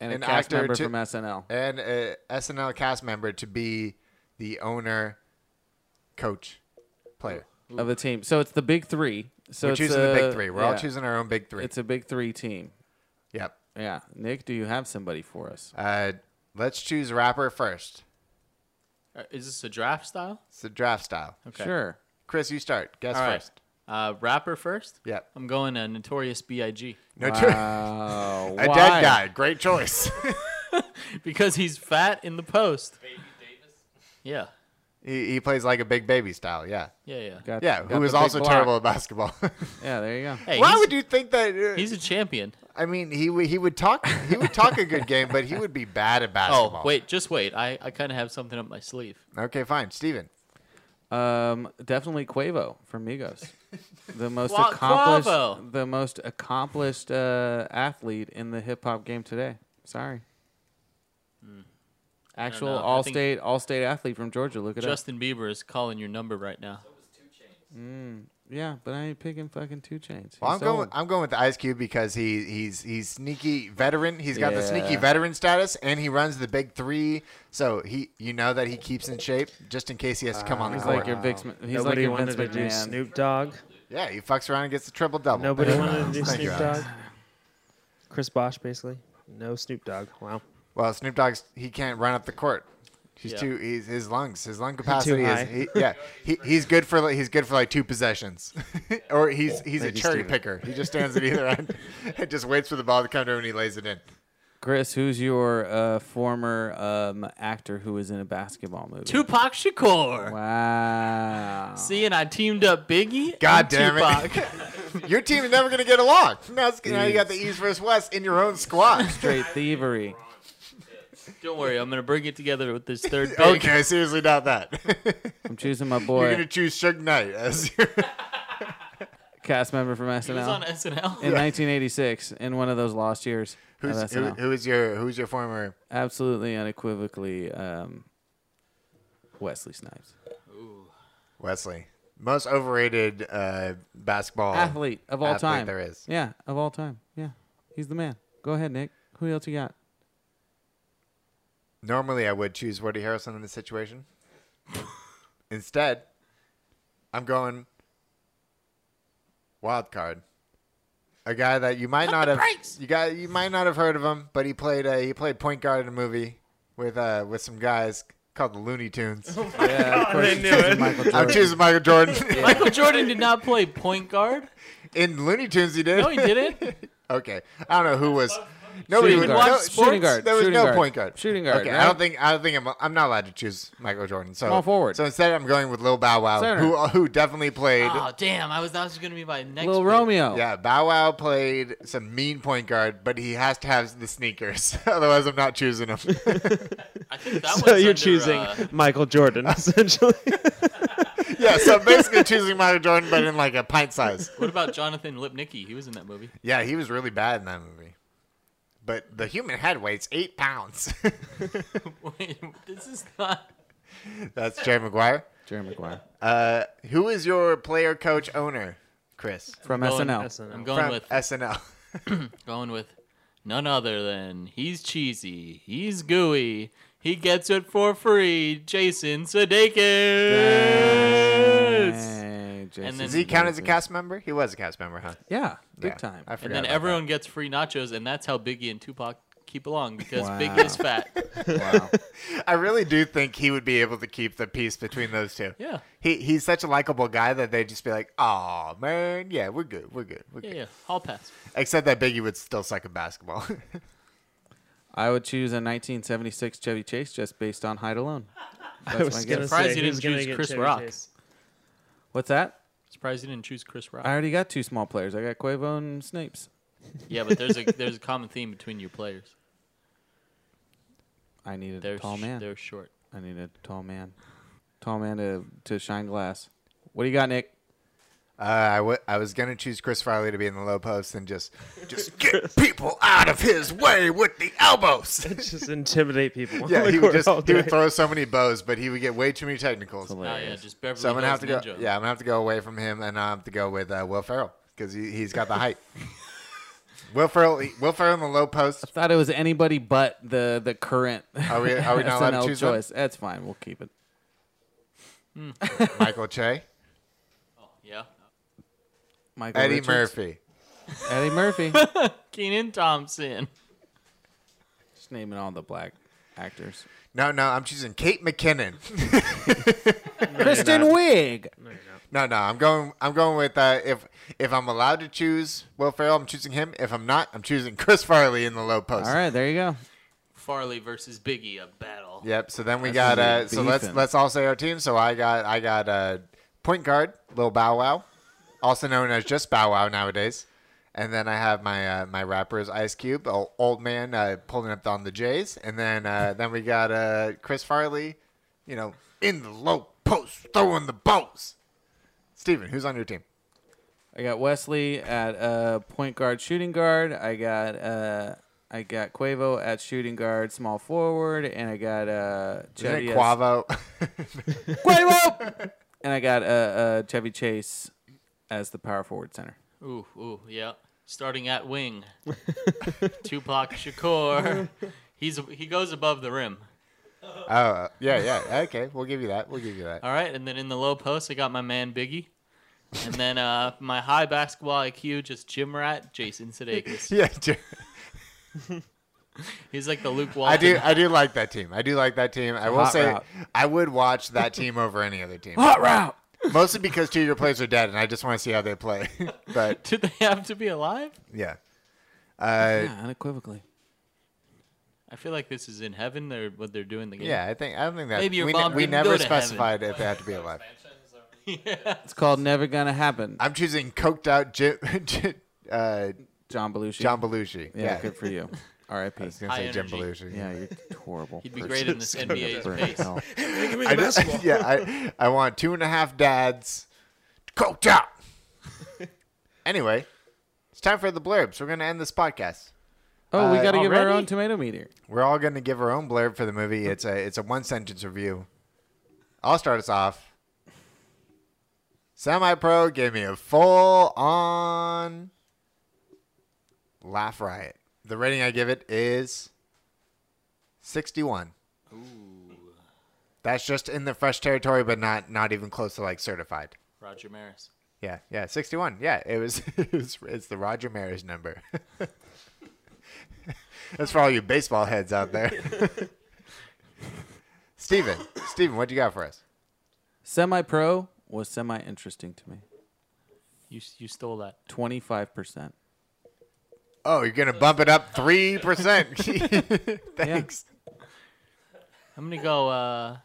And a an cast actor member to- from SNL. and a SNL cast member to be the owner, coach, player. of the team. So it's the big three. So We're it's choosing the big a- three. We're all choosing our own big three. It's a big three team. Yep. Yeah. Nick, do you have somebody for us? Uh, let's choose rapper first. Uh, Is this a draft style? It's the draft style. Okay. Sure. Chris, you start. Guess All right. first. Uh, rapper first. Yep. I'm going uh, Notorious B.I.G. No Wow. choice. a dead guy. Great choice. because he's fat in the post. Baby Davis. Yeah. he, he plays like a big baby style. Yeah. Yeah, yeah. Got- yeah. got Who the is big also block. terrible at basketball. Yeah, there you go. Hey, Why he's- would you think that? uh, He's a champion. I mean, he would he would talk he would talk a good game, but he would be bad at basketball. Oh, wait, just wait. I, I kind of have something up my sleeve. Okay, fine. Steven. Um, definitely Quavo from Migos. The most Qua- accomplished, Quavo. the most accomplished uh, athlete in the hip hop game today. Sorry. Hmm. Actual know. I all think- state all state athlete from Georgia. Look at Justin Bieber is calling your number right now. Mm, yeah, but I ain't picking fucking two chains. Well, I'm going. I'm going with Ice Cube because he he's he's sneaky veteran. He's got the sneaky Yeah. veteran status, and he runs the big three. So he, you know, that he keeps in shape just in case he has to come on the Uh, He's court. like your Vic. Sm- he's Nobody like your wanted Vince to do McMahon. Snoop Dogg. yeah, he fucks around and gets the triple double. Nobody Thank you, wanted to do Alex. Thank you, Snoop Alex. Dogg. Chris Bosch, basically. No Snoop Dogg. Wow. Well, Snoop Dogg's he can't run up the court. He's Yeah. too. He's, his lungs. His lung capacity is. high. He, yeah, he, he's good for like, he's good for like two possessions, or he's he's Thank a you, cherry Steven. picker. He just stands at either end and just waits for the ball to come to him and he lays it in. Chris, who's your uh, former um, actor who was in a basketball movie? Tupac Shakur. Wow. See, and I teamed up Biggie. God damn and it. Tupac. Your team is never going to get along. Now, it's, now you got the East versus West in your own squad. Straight thievery. Don't worry, I'm gonna bring it together with this third pick. okay, seriously, not that. I'm choosing my You're boy, going to choose Suge Knight as your. cast member from SNL. He was on SNL. in 1986 in one of those lost years. Oh, of Who's, who, SNL. who is your who's your former? Absolutely unequivocally um, Wesley Snipes. Wesley. Most overrated uh, basketball Athlete of all athlete time. There is. Yeah, of all time. Yeah. He's the man. Go ahead, Nick. Who else you got? Normally, I would choose Woody Harrelson in this situation. Instead, I'm going wild card. A guy that you might not have you got you might not have heard of him, but he played uh, he played point guard in a movie with uh, with some guys called the Looney Tunes. Oh, yeah, of course, they he's knew choosing it. Michael I'm Jordan. choosing Michael Jordan. Michael Jordan did not play point guard. in Looney Tunes, he did. No, he didn't. Okay, I don't know who was. Nobody Shooting would guard. no, Shooting guard. There was Shooting no guard. point guard. Shooting guard, Okay, I right? don't think I don't think I'm, I'm not allowed to choose Michael Jordan. So Small forward. So instead, I'm going with Lil Bow Wow, Center. who who definitely played. Ah. Oh damn! I was that was gonna be my next. Little pick. Romeo. Yeah, Bow Wow played some mean point guard, but he has to have the sneakers. Otherwise, I'm not choosing him. I think that So one's you're under, choosing uh, Michael Jordan, essentially. yeah, so I'm basically choosing Michael Jordan, but in like a pint size. what about Jonathan Lipnicki? He was in that movie. Yeah, he was really bad in that movie. But the human head weighs eight pounds. Wait, this is not. That's Jerry Maguire. Jerry Maguire Uh, who is your player, coach, owner, Chris? from Going- SNL. I'm SNL. going From with SNL. going with none other than he's cheesy, he's gooey, He gets it for free, Jason Sudeikis. And Does he count as a cast member? He was a cast member, huh? Yeah, big Yeah, time. I forgot. and then about everyone gets free nachos, and that's how Biggie and Tupac keep along because Wow. Biggie is fat. wow. I really do think he would be able to keep the peace between those two. Yeah. He he's such a likable guy that they'd just be like, "Oh man, yeah, we're good, we're good, we're Yeah, good." yeah, I'll pass. Except that Biggie would still suck at basketball. I would choose a 1976 Chevy Chase just based on height alone. I That's was my gonna guess. Surprised say, you didn't who's gonna choose get Chris Chevy Rock. Chase? What's that? Surprised you didn't choose Chris Rock. I already got two small players. I got Quavo and Snipes. Yeah, but there's a there's a common theme between your players. I needed They're a tall sh- man. they're short. I needed a tall man. Tall man to, to shine glass. What do you got, Nick? Uh, I, w- I was gonna choose Chris Farley to be in the low post and just just get people out of his way with the elbows. just intimidate people. yeah, on the he would court just all he would day. throw so many bows, but he would get way too many technicals. Oh, yeah, just Beverly so I'm gonna have to go. Hills Ninja. Yeah, I'm gonna have to go away from him, and I have to go with uh, Will Ferrell because he, he's got the height. Will Ferrell, Will Ferrell in the low post. I thought it was anybody but the the current. Are we- are we not allowed to SNL choose one? choice? That's fine. We'll keep it. Michael Che, Yeah. Michael Eddie Richards. Murphy. Eddie Murphy. Keenan Thompson. Just naming all the black actors. No, no, I'm choosing Kate McKinnon. Kristen Wiig. No, no, I'm going. I'm going with uh, if if I'm allowed to choose Will Ferrell, I'm choosing him. If I'm not, I'm choosing Chris Farley in the low post. All right, there you go. Farley versus Biggie, a battle. Yep. So then we That's got uh, gonna be so let's beefing. let's all say our team. So I got I got uh, point guard Lil Bow Wow, also known as just Bow Wow nowadays. And then I have my uh, my rappers Ice Cube, o- old man uh, pulling up on the J's. And then uh, then we got uh, Chris Farley, you know, in the low post throwing the balls. Steven, who's on your team? I got Wesley at uh, point guard, shooting guard. I got uh, I got Quavo at shooting guard, small forward, and I got uh, Isn't Chevy it as- Quavo? Oh, Quavo. and I got uh, uh, Chevy Chase as the power forward center. Ooh, ooh, yeah. Starting at wing. Tupac Shakur. He's he goes above the rim. Oh yeah, yeah. Okay, we'll give you that. We'll give you that. All right, and then in the low post, I got my man Biggie. And then uh, my high basketball IQ, just gym rat, Jason Sudeikis. Yeah, Jer- He's like the Luke Walton. I do. I do like that team. I do like that team. I will Hot say, route. I would watch that team over any other team. Hot route! Mostly because two of your players are dead, and I just want to see how they play. but do they have to be alive? yeah, uh, yeah, unequivocally. I feel like this is in heaven. They're what they're doing the game. Yeah, I think I don't think that maybe your we, ne- mom we didn't never go to heaven. specified if they had to be alive. It's called Never Gonna Happen. I'm choosing coked out Jim, uh, John Belushi. John Belushi. Yeah, good for you. R.I.P. I was gonna say High Jim energy. Belushi. Yeah, you're horrible. He'd be great in this NBA 's Burn pace. hell. me I the just- basketball. yeah, I, I want two and a half dads coked out. anyway, it's time for the blurbs. We're going to end this podcast. Oh, we Uh, got to give our already? own tomato meter. We're all going to give our own blurb for the movie. It's a it's a one sentence review. I'll start us off. Semi Pro gave me a full on laugh riot. The rating I give it is 61. That's just in the fresh territory, but not not even close to like certified. Roger Maris. Yeah, yeah, 61. Yeah, it was, it was it's the Roger Maris number. That's for all you baseball heads out there. Steven, Steven, what you got for us? Semi pro was semi interesting to me. You you stole that. 25%. Oh, you're going to bump it up 3%. Thanks. I'm gonna go. Uh,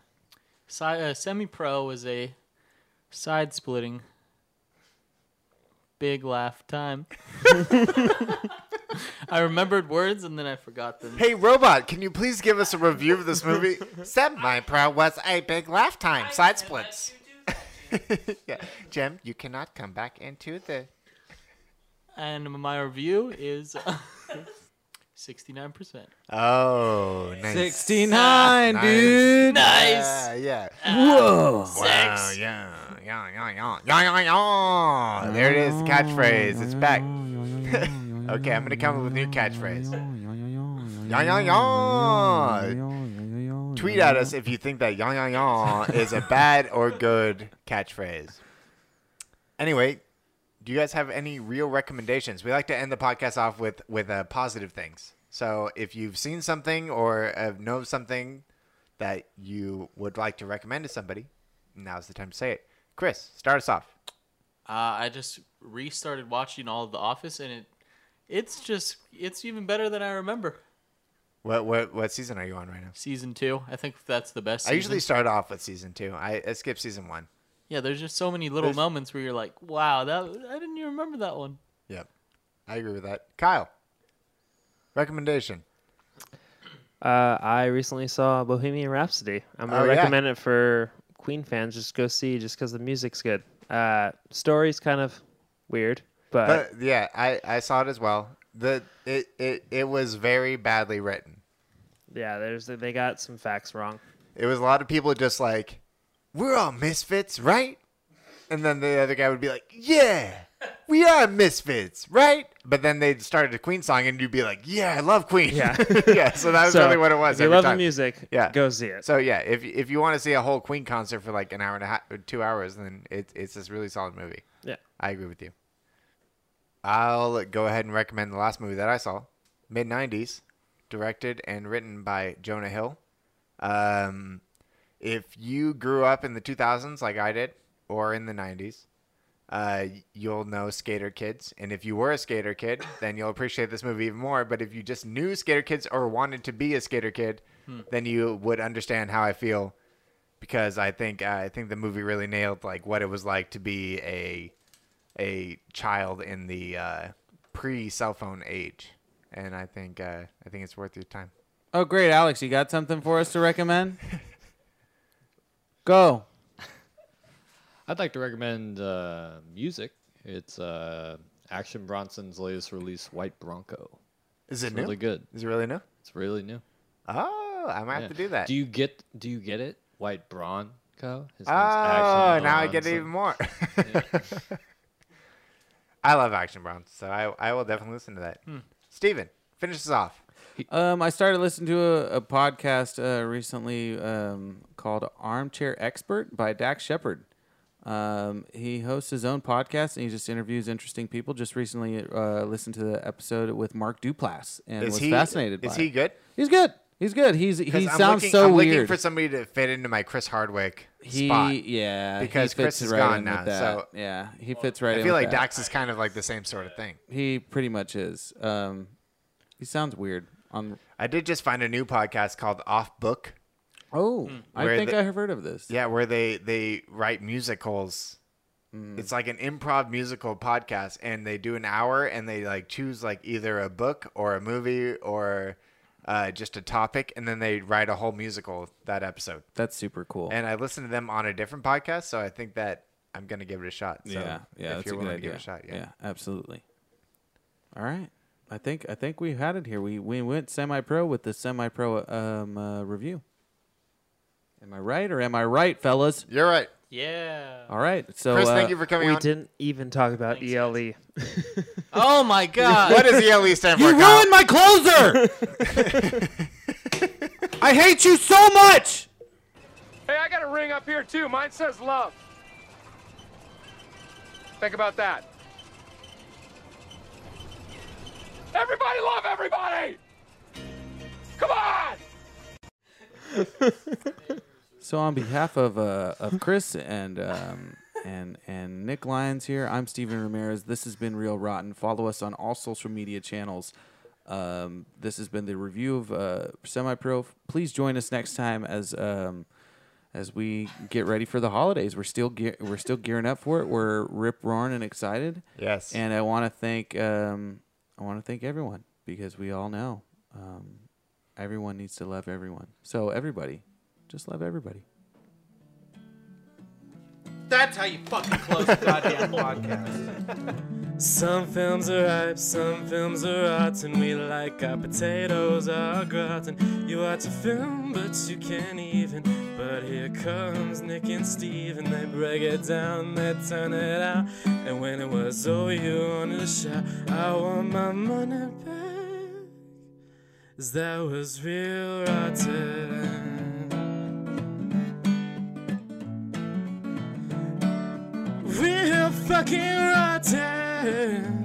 si- uh, semi-pro is a side-splitting, big laugh time. I remembered words and then I forgot them. Hey, robot, can you please give us a review of this movie? Semi Pro was a big laugh time. Side splits. yeah. Jim, you cannot come back into the. And my review is uh, sixty-nine percent. Oh, nice. 69, Nice. dude. Yeah, yeah. Whoa. Wow, Oh, yeah. Yeah, yeah, yeah. Yeah, yeah, yeah. There it is, the catchphrase. It's back. okay, I'm going to come up with a new catchphrase. Yeah, yeah, yeah. Tweet at us if you think that "yong yong yong" is a bad or good catchphrase. Anyway, do you guys have any real recommendations? We like to end the podcast off with with uh, positive things. So if you've seen something or uh, know something that you would like to recommend to somebody, now's the time to say it. Chris, start us off. Uh, I just restarted watching all of The Office, and it it's just it's even better than I remember. What what what season are you on right now? Season two. I think that's the best. I usually season. start off with season two. I, I skip season one. Yeah, there's just so many little There's- moments where you're like, "Wow, that I didn't even remember that one." Yep, I agree with that. Kyle, recommendation. Uh, I recently saw Bohemian Rhapsody. I'm gonna Oh, yeah. recommend it for Queen fans. Just go see, just because the music's good. Uh, story's kind of weird, but, But yeah, I, I saw it as well. The it, it it was very badly written. yeah, there's they got some facts wrong. It was a lot of people just like, we're all misfits, right? And then the other guy would be like, yeah, we are misfits, right? But then they'd start a Queen song and you'd be like, yeah, I love Queen. Yeah. yeah. So that was So, really what it was. if you every love the time. music, yeah, go see it. So yeah, if if you want to see a whole Queen concert for like an hour and a half, or two hours, then it, it's this really solid movie. Yeah. I agree with you. I'll go ahead and recommend the last movie that I saw, mid '90s, directed and written by Jonah Hill. Um, if you grew up in the 2000s like I did, or in the 90s, uh, you'll know Skater Kids. And if you were a Skater Kid, then you'll appreciate this movie even more. But if you just knew Skater Kids or wanted to be a Skater Kid, Hmm. then you would understand how I feel because I think I think the movie really nailed like what it was like to be a a child in the uh, pre cell phone age, and I think uh, I think it's worth your time. Oh, great, Alex! You got something for us to recommend? Go. I'd like to recommend uh, music. It's uh, Action Bronson's latest release, White Bronco. Is it it's new? really good? Is it really new? It's really new. Oh, I might Yeah. have to do that. Do you get? Do you get it? White Bronco. His name's oh, Action now I get Bronson. it even more. I love Action Brown, so I, I will definitely listen to that. Hmm. Steven, finish this off. Um, I started listening to a, a podcast uh, recently um, called Armchair Expert by Dak Shepard. Um, he hosts his own podcast and he just interviews interesting people. Just recently, uh, listened to the episode with Mark Duplass and Is was he- fascinated. is by he it. good? He's good. He's good. He's 'Cause he I'm sounds looking, so I'm weird. looking for somebody to fit into my Chris Hardwick he, spot. yeah, he because fits Chris is right gone in with now. that. So yeah, he fits right. I in feel with like that. Dax is kind of like the same sort of thing. He pretty much is. Um, he sounds weird. On I did just find a new podcast called Off Book. oh, I Hmm. where think the- I have heard of this. Yeah, where they they write musicals. Mm. It's like an improv musical podcast, and they do an hour, and they like choose like either a book or a movie or uh, just a topic, and then they write a whole musical that episode. That's super cool. And I listened to them on a different podcast, so I think that I'm gonna give it a shot. So yeah, yeah, If that's you're a good willing idea. to give it a shot, yeah. absolutely. All right, I think I think we had it here. We we went semi-pro with the semi-pro um uh, review. Am I right or am I right, fellas? You're right. Yeah. All right, so Chris, uh, thank you for coming we on. didn't even talk about E ELE. Oh my god. What does ELE stand for? You Kyle? ruined my closer. I hate you so much. Hey, I got a ring up here too. Mine says love. Think about that. Everybody love everybody! Come on! So on behalf of uh, of Chris and um, and and Nick Lyons here, I'm Steven Ramirez. This has been Real Rotten. Follow us on all social media channels. Um, this has been the review of uh, Semi Pro. Please join us next time as um, as we get ready for the holidays. We're still gear we're still gearing up for it. We're rip roaring and excited. Yes. And I want to thank um, I want to thank everyone because we all know um, everyone needs to love everyone. So everybody, just love everybody. That's how you fucking close the goddamn podcast. Some films are ripe, some films are rotten. We like our potatoes our gratin. You watch a film, but you can't even. But here comes Nick and Steve, and they break it down, they turn it out. And when it was over, you wanted to shout, I want my money back. 'Cause that was real rotten. fucking rotten.